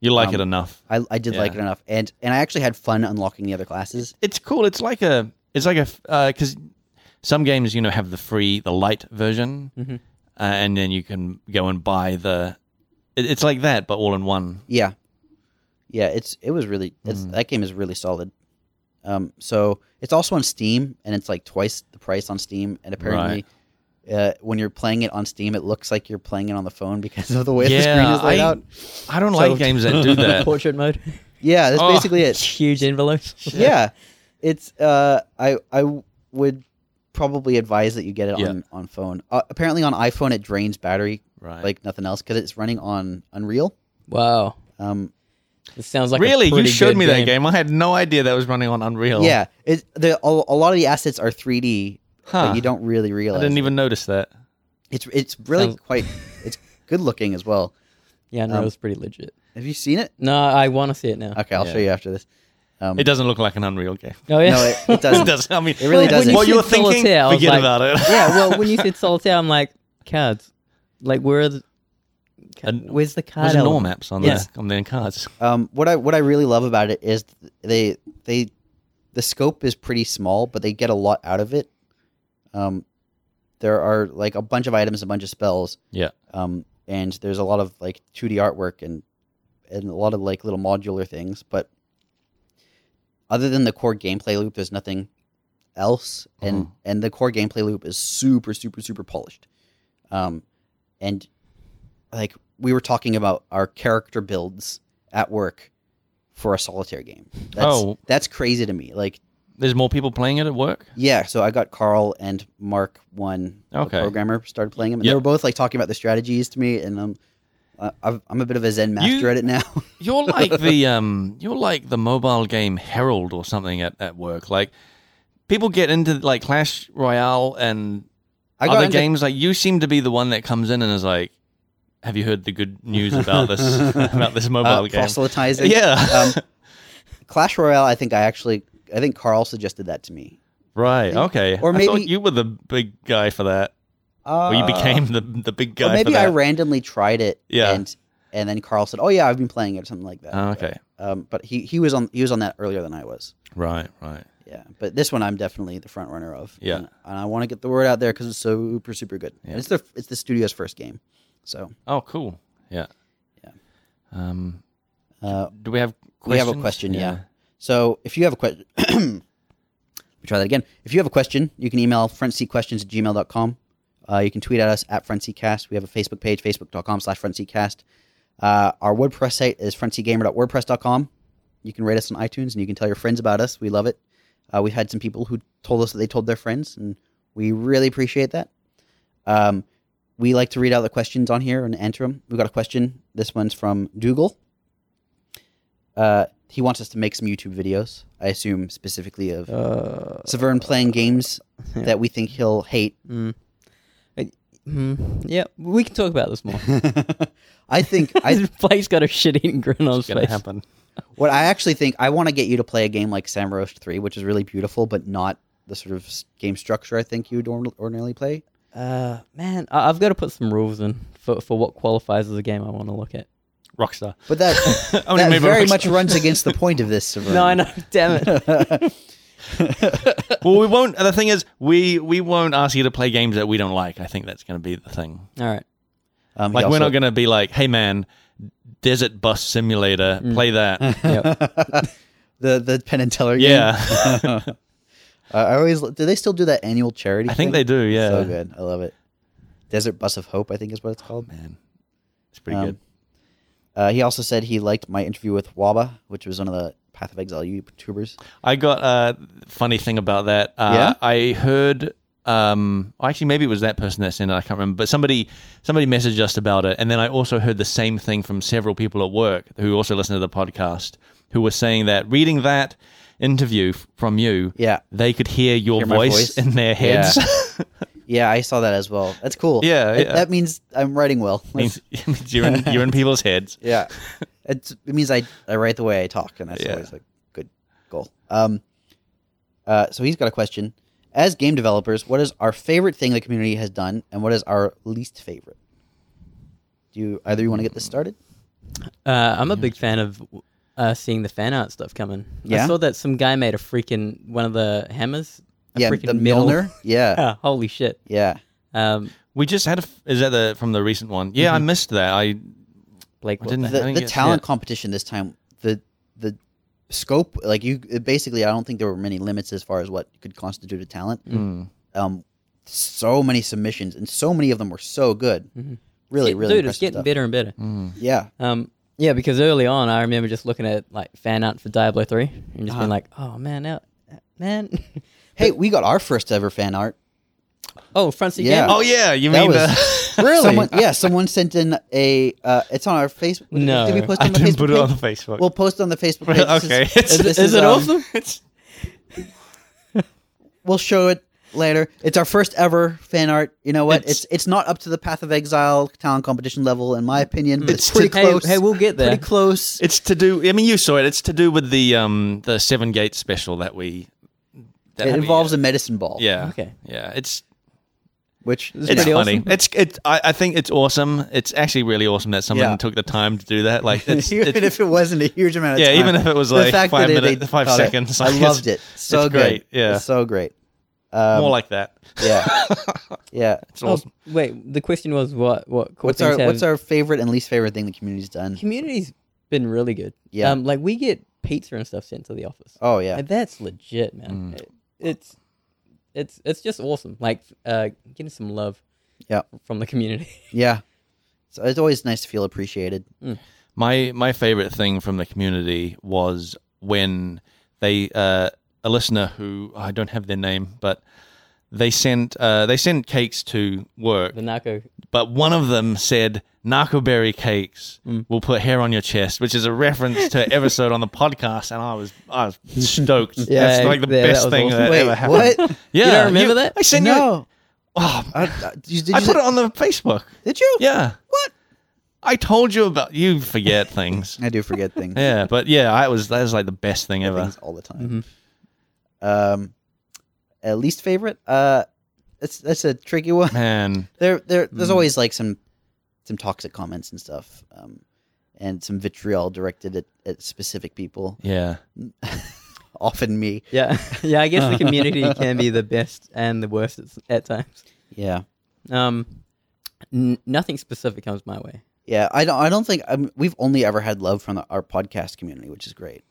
You like um, it enough. I I did like it Yeah. enough, and and I actually had fun unlocking the other classes. it's cool. It's like a it's like a because some games you know have the free the light version, Mhm. uh, and then you can go and buy the. It, it's like that, but all in one. Yeah, yeah. It's it was really it's, Hmm. that game is really solid. Um, so it's also on Steam, and it's like twice the price on Steam. And apparently, uh, when you're playing it on Steam, it looks like you're playing it on the phone because of the way the screen is laid I, out. I don't So- like games that do that. Portrait mode. Yeah, that's Oh. basically it. Huge envelope. yeah it's uh i i would probably advise that you get it Yeah. on on phone uh, apparently on iphone it drains battery right. like nothing else because it's running on unreal Wow. um This sounds like a really, you pretty showed good me that game. I had no idea that was running on Unreal. yeah it the a, a lot of the assets are 3d Huh. but you don't really I realize didn't it. even notice that. it's it's really Sounds- quite it's good looking as well Yeah, no, Um, it was pretty legit. have you seen it No, I want to see it now. okay i'll Yeah. show you after this um It doesn't look like an Unreal game. Oh yeah. no it, it It doesn't doesn't. I mean, It really Well, when doesn't. you What you were said thinking? Solitaire, I was Forget like- about it. yeah, well, when you said solitaire, I'm like cards. Like where are the ca- And where's the card? There's norm element? apps on Yeah. the on their cards. um what i what i really love about it is they they the scope is pretty small but they get a lot out of it um there are like a bunch of items a bunch of spells Yeah. um and there's a lot of like 2d artwork and and a lot of like little modular things but other than the core gameplay loop there's nothing else and and the core gameplay loop is super super super polished um and like we were talking about our character builds at work for a solitaire game that's, Oh. that's crazy to me like There's more people playing it at work. yeah, so I got Carl and Mark one the Okay. programmer started playing them, and Yep. they were both like talking about the strategies to me, and um, I, I've- I'm a bit of a Zen master You- at it now. You're like the um, you're like the mobile game Herald or something at, at work. Like people get into like Clash Royale and I got other into- games. Like you seem to be the one that comes in and is like, "Have you heard the good news about this about this mobile uh, game?" proselytizing. Yeah. Um, Clash Royale. I think I actually. I think Carl suggested that to me. right. think- Okay. or I thought maybe- you were the big guy for that. Uh, Or you became the the big guy. Or for maybe I that. randomly tried it. Yeah. And and then Carl said, "Oh yeah, I've been playing it or something like that." Oh, okay. Um, but he he was on he was on that earlier than I was. Right. Right. Yeah. But this one I'm definitely the front runner of. Yeah. And, and I want to get the word out there because it's super super good. Yeah. And it's the it's the studio's first game. So Oh, cool. Yeah. Yeah. Um, uh, do we have questions? We have a question, yeah. So if you have a question, let me try that again. If you have a question, you can email frontseatquestions at gmail.com. Uh, you can tweet at us at frontseatcast. We have a Facebook page, facebook.com slash frontseatcast. Uh, our WordPress site is frontseatgamer.wordpress.com. You can rate us on iTunes and you can tell your friends about us. We love it. Uh, we've had some people who told us that they told their friends, and we really appreciate that. Um, we like to read out the questions on here and answer them. We've got a question. This one's from Dougal uh, he wants us to make some YouTube videos. I assume specifically of Uh, Severn playing games yeah. that we think he'll hate. mm. It- mm, yeah, we can talk about this more. I think I Blake's got a shit eating grin on his It's gonna face. happen. what I actually think I want to get you to play a game like Sam Roast Three, which is really beautiful, but not the sort of s- game structure I think you'd ordi- ordinarily play. Uh, man, I- I've got to put some rules in for, for what qualifies as a game I want to look at. Rockstar. But that, Only that made by very Rockstar. much runs against the point of this. Severn. No, I know. Damn it. well, we won't. The thing is, we we won't ask you to play games that we don't like. I think that's going to be the thing. All right. Um, he Like we're also- not going to be like, "Hey, man, Desert Bus Simulator, Mm. play that." Yep. the the Penn and Teller. game. yeah, Uh, I always do. They still do that annual charity. I think they thing? do. Yeah, So good. I love it. Desert Bus of Hope, I think is what it's called. man, it's pretty Um, good. Uh, he also said he liked my interview with Waba, which was one of the Path of Exile YouTubers. I got a funny thing about that. Uh, I heard. Um, actually, maybe it was that person that sent it. I can't remember, but somebody somebody messaged us about it, and then I also heard the same thing from several people at work who also listen to the podcast, who were saying that reading that interview f- from you, Yeah, they could hear your Hear my voice, voice? in their Yeah. heads. yeah, I saw that as well. That's cool. Yeah, It- yeah. that means I'm writing well. means, means you're, in, you're in people's heads. yeah, it's, it means I I write the way I talk, and that's Yeah. always a good goal. Um, uh, so he's got a question: As game developers, what is our favorite thing the community has done, and what is our least favorite? Do you either you want to get this Hmm. started? Uh, I'm a big fan of uh, seeing the fan art stuff coming. Yeah? I saw that some guy made a freaking one of the hammers. A yeah, freaking the mill. Milner. Yeah, Yeah, holy shit. yeah. Um, We just had a. f- Is that the from the recent one? Yeah, Mm-hmm. I missed that. I Blake, I what didn't the- think- the, the it's- talent yeah. competition this time the the scope like you it basically i don't think there were many limits as far as what could constitute a talent Mm. um so many submissions and so many of them were so good Mm-hmm. Mhm. really Dude, really it's impressive getting stuff. better and better. Mm. yeah Um, yeah, because early on, I remember just looking at like fan art for Diablo three and just Uh-huh. being like, "Oh man, now, man, hey we got our first ever fan art oh front seat Yeah. yeah. Oh yeah, you That mean was- the. really someone, yeah someone sent in a uh it's on our facebook No. did we post I on the didn't facebook put it page? on Facebook. we'll post on the facebook page Really? This is- okay. Is, This it- is, is it um, awesome? we'll show it later. It's our first ever fan art. You know what? It's It's- it's, not up to the Path of Exile talent competition level, in my opinion. But it's, Mm. It's pretty to- Hey, close. hey, we'll get there. pretty close. It's to do. I mean, you saw it. It's to do with the um the Seven Gates special that we. That it we- involves a medicine ball. Yeah. Okay. Yeah. It's which is it's pretty awesome. funny. It's it's. I, I think it's awesome. It's actually really awesome that someone Yeah. took the time to do that. Like it's. even it's- if it wasn't a huge amount of yeah, time. even if it was the like fact five that they minutes, five caught it, seconds. I like, it's- loved it. So it's good. great, yeah. It's so great. Um, More like that. yeah, yeah. It's Oh, awesome. wait, the question was what? What? Cool What's our things have- what's our favorite and least favorite thing the community's done? community's been really good. Yeah. Um, like we get pizza and stuff sent to the office. Oh yeah, Like, that's legit, man. It- it's it's it's just awesome. Like uh, getting some love. Yeah. From the community. yeah. So it's always nice to feel appreciated. My my favorite thing from the community was when they uh, a listener who I don't have their name, but they sent uh, they sent cakes to work. the narco. but one of them said Narcoberry cakes will put hair on your chest, which is a reference to an episode on the podcast, and I was I was stoked. Yeah, That's like the yeah, that best was thing awesome. that Wait, ever happened. what? Yeah, don't remember that? I sent you. no. Oh, I, I, did you, did I you put say- it on the Facebook. Did you? Yeah, What? I told you about. You forget things. I do forget things. Yeah, but yeah, I was that was like the best thing ever. things all the time. Um, uh, least favorite. Uh, that's that's a tricky one. Man, There, there, there's always like some some toxic comments and stuff, um, and some vitriol directed at, at specific people, yeah, often me. Yeah, yeah. I guess the community can be the best and the worst at, s- at times. Yeah, Um, n- nothing specific comes my way. yeah. I don't. I don't think um, we've only ever had love from the, our podcast community, which is great.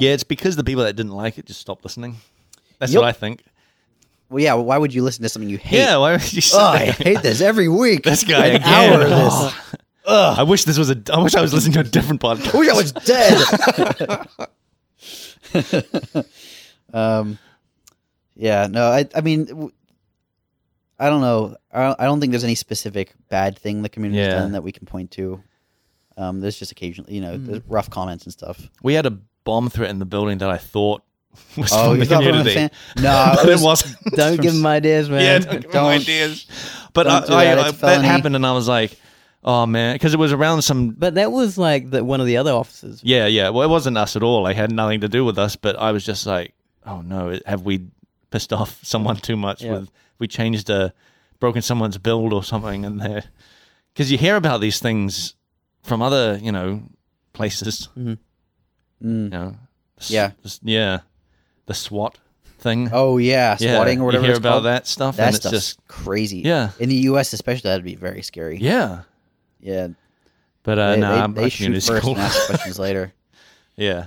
yeah. It's because the people that didn't like it just stopped listening. That's Yep. what I think. Well, yeah. Why would you listen to something you hate? Yeah, why would you say Oh, I hate this every week. this guy An again? hour of this. Oh. I wish this was a. I wish I was listening to a different podcast. I wish I was dead. um, yeah, no, I, I mean, w- I don't know. I don't- I don't think there's any specific bad thing the community's Yeah. done that we can point to. Um, there's just occasionally, you know, there's rough comments and stuff. We had a bomb threat in the building that I thought was Oh, from you the thought from the community, fan? No, but it was, it wasn't. Don't give them ideas, man. yeah, don't give me don't- ideas. But I, don't do I, that, I, it's that, felony. happened, and I was like, "Oh man," because it was around some. But that was like the, one of the other officers. Yeah, yeah. Well, it wasn't us at all. It had nothing to do with us. But I was just like, "Oh no, it- have we pissed off someone too much? Yeah. With we changed a broken someone's build or something?" And they because you hear about these things from other, you know, places. Mm. You know, S- Yeah. s- yeah, the SWAT thing. oh yeah, swatting or whatever. You hear it's about called. that stuff, That and it's stuff's just crazy. yeah, in the U.S. especially, that'd be very scary. yeah. yeah. But uh, they, no, they- I'm they my shoot community's first cool. and ask questions later. yeah,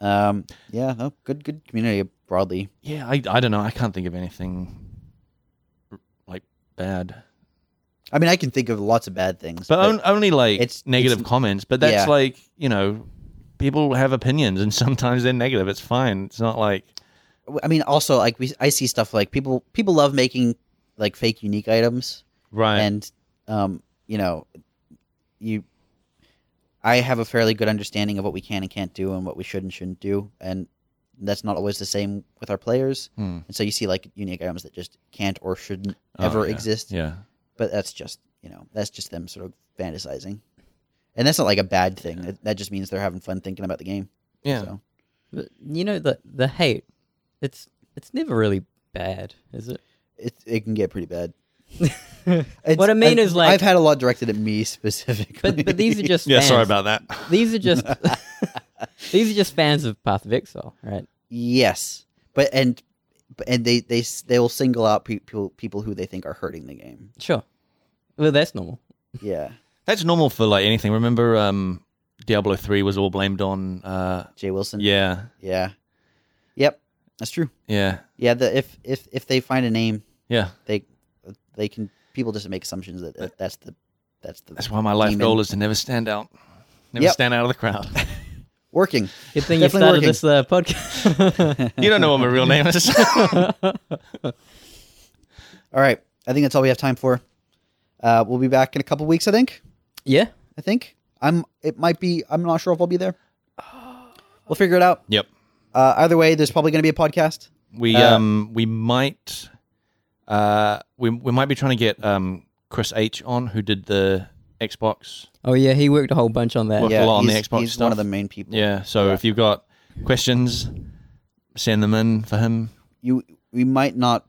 Um, yeah, no, good, good community broadly. yeah. I I don't know. I can't think of anything like bad, I mean, I can think of lots of bad things, but, on- only like it's- negative it's- comments. But that's yeah. like you know, people have opinions, and sometimes they're negative. It's fine. It's not like I mean, also like we, I see stuff like people, people love making like fake unique items, right. and um, you know, you, I have a fairly good understanding of what we can and can't do, and what we should and shouldn't do, and that's not always the same with our players. Hmm. And so you see like unique items that just can't or shouldn't Oh, ever yeah. exist. yeah, but that's just you know that's just them sort of fantasizing and that's not like a bad thing That- that just means they're having fun thinking about the game yeah. so But you know the the hate. It's it's never really bad, is it? it, it can get pretty bad It's- What I mean I've- is, like- i've had a lot directed at me specifically But but these are just Yeah, sorry fans. about that. these are just these are just fans of Path of Exile, right? yes but and but- and they they s- they will single out pe- people people who they think are hurting the game Sure. Well, that's normal. yeah That's normal for like anything. Remember, um, Diablo three was all blamed on. Uh, jay wilson yeah, yeah yep that's true yeah, yeah the if if if they find a name yeah. they they can people just make assumptions that, that that's the that's the That's why my life Demon. goal is to never stand out, never Yep. stand out of the crowd. working Good thing you started Definitely this uh, podcast. you don't know what my real name is. All right. I think that's all we have time for. Uh, we'll be back in a couple weeks, I think. yeah. I think. I'm it might be I'm not sure if I'll be there. We'll figure it out. yep. Uh, either way, there's probably gonna be a podcast. We Uh, um we might uh we we might be trying to get um Chris H on who did the Xbox. Oh yeah, he worked a whole bunch on that. Worked a lot on the he's- Xbox he's stuff. one of the main people. Yeah. So if you've got questions, send them in for him. You we might not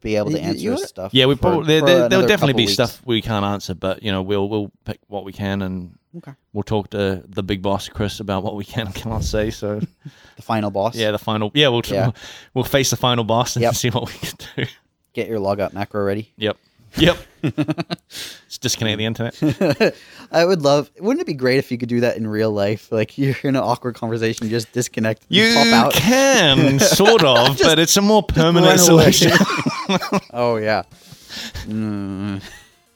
be able to You- answer you- his stuff. Yeah, we for- probably there, for there, another there'll definitely couple be weeks. stuff we can't answer, but you know we'll we'll pick what we can and Okay. we'll talk to the big boss Chris about what we can and cannot say. So The final boss. yeah, the final yeah we'll Yeah. we'll face the final boss and Yep. see what we can do. Get your logout macro ready. Yep. Yep. Just disconnect the internet. I would love wouldn't it be great if you could do that in real life? Like you're in an awkward conversation, you just disconnect, you, You pop out. can, sort of, but it's a more permanent run away. solution. Oh yeah. Mm.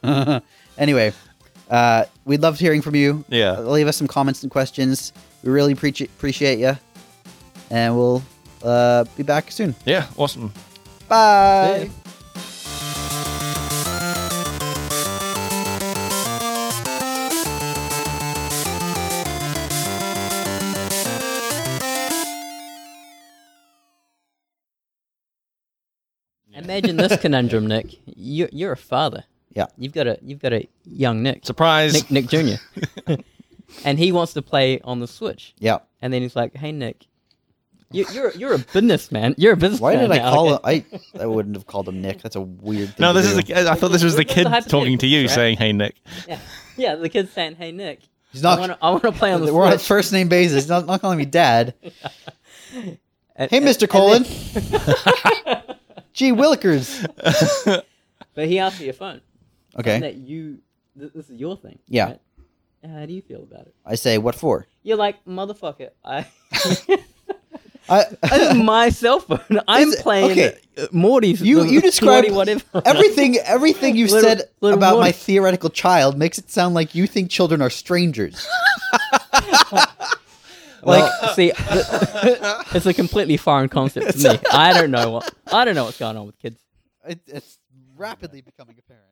anyway, uh, we'd love hearing from you. Yeah. Uh, leave us some comments and questions. We really preach- appreciate you, and we'll uh, be back soon. yeah, awesome. Bye. Yeah. Imagine this conundrum, Nick. You, you're a father. Yeah. You've got a you've got a young Nick, Surprise. Nick Nick Junior, and he wants to play on the Switch. Yeah. And then he's like, "Hey, Nick, you, you're you're a businessman. You're a Why businessman." did I now, call okay? him? I I wouldn't have called him Nick. That's a weird thing. no, to this is do. the. I thought this was the That's kid hypothetical, talking to you, right? saying, "Hey, Nick." Yeah, yeah. The kid's saying, "Hey, Nick, He's not- I wanna- I want to play on the We're on a Switch." first name basis. He's not, not calling me dad. And- Hey, and- Mr. and Colon. then- Gee Willikers. but he asked for your phone. and Okay. That you. Th- this is your thing. Yeah. right? How do you feel about it? I say, what for? You're like motherfucker. I. I, This is my cell phone. I'm Is it- playing okay. uh, Morty's. You- you described Morty whatever. everything everything you Little- said little about my Morty. theoretical child makes it sound like you think children are strangers. Like, see, th- it's a completely foreign concept to me. I don't know what I don't know what's going on with kids. It, it's rapidly becoming apparent.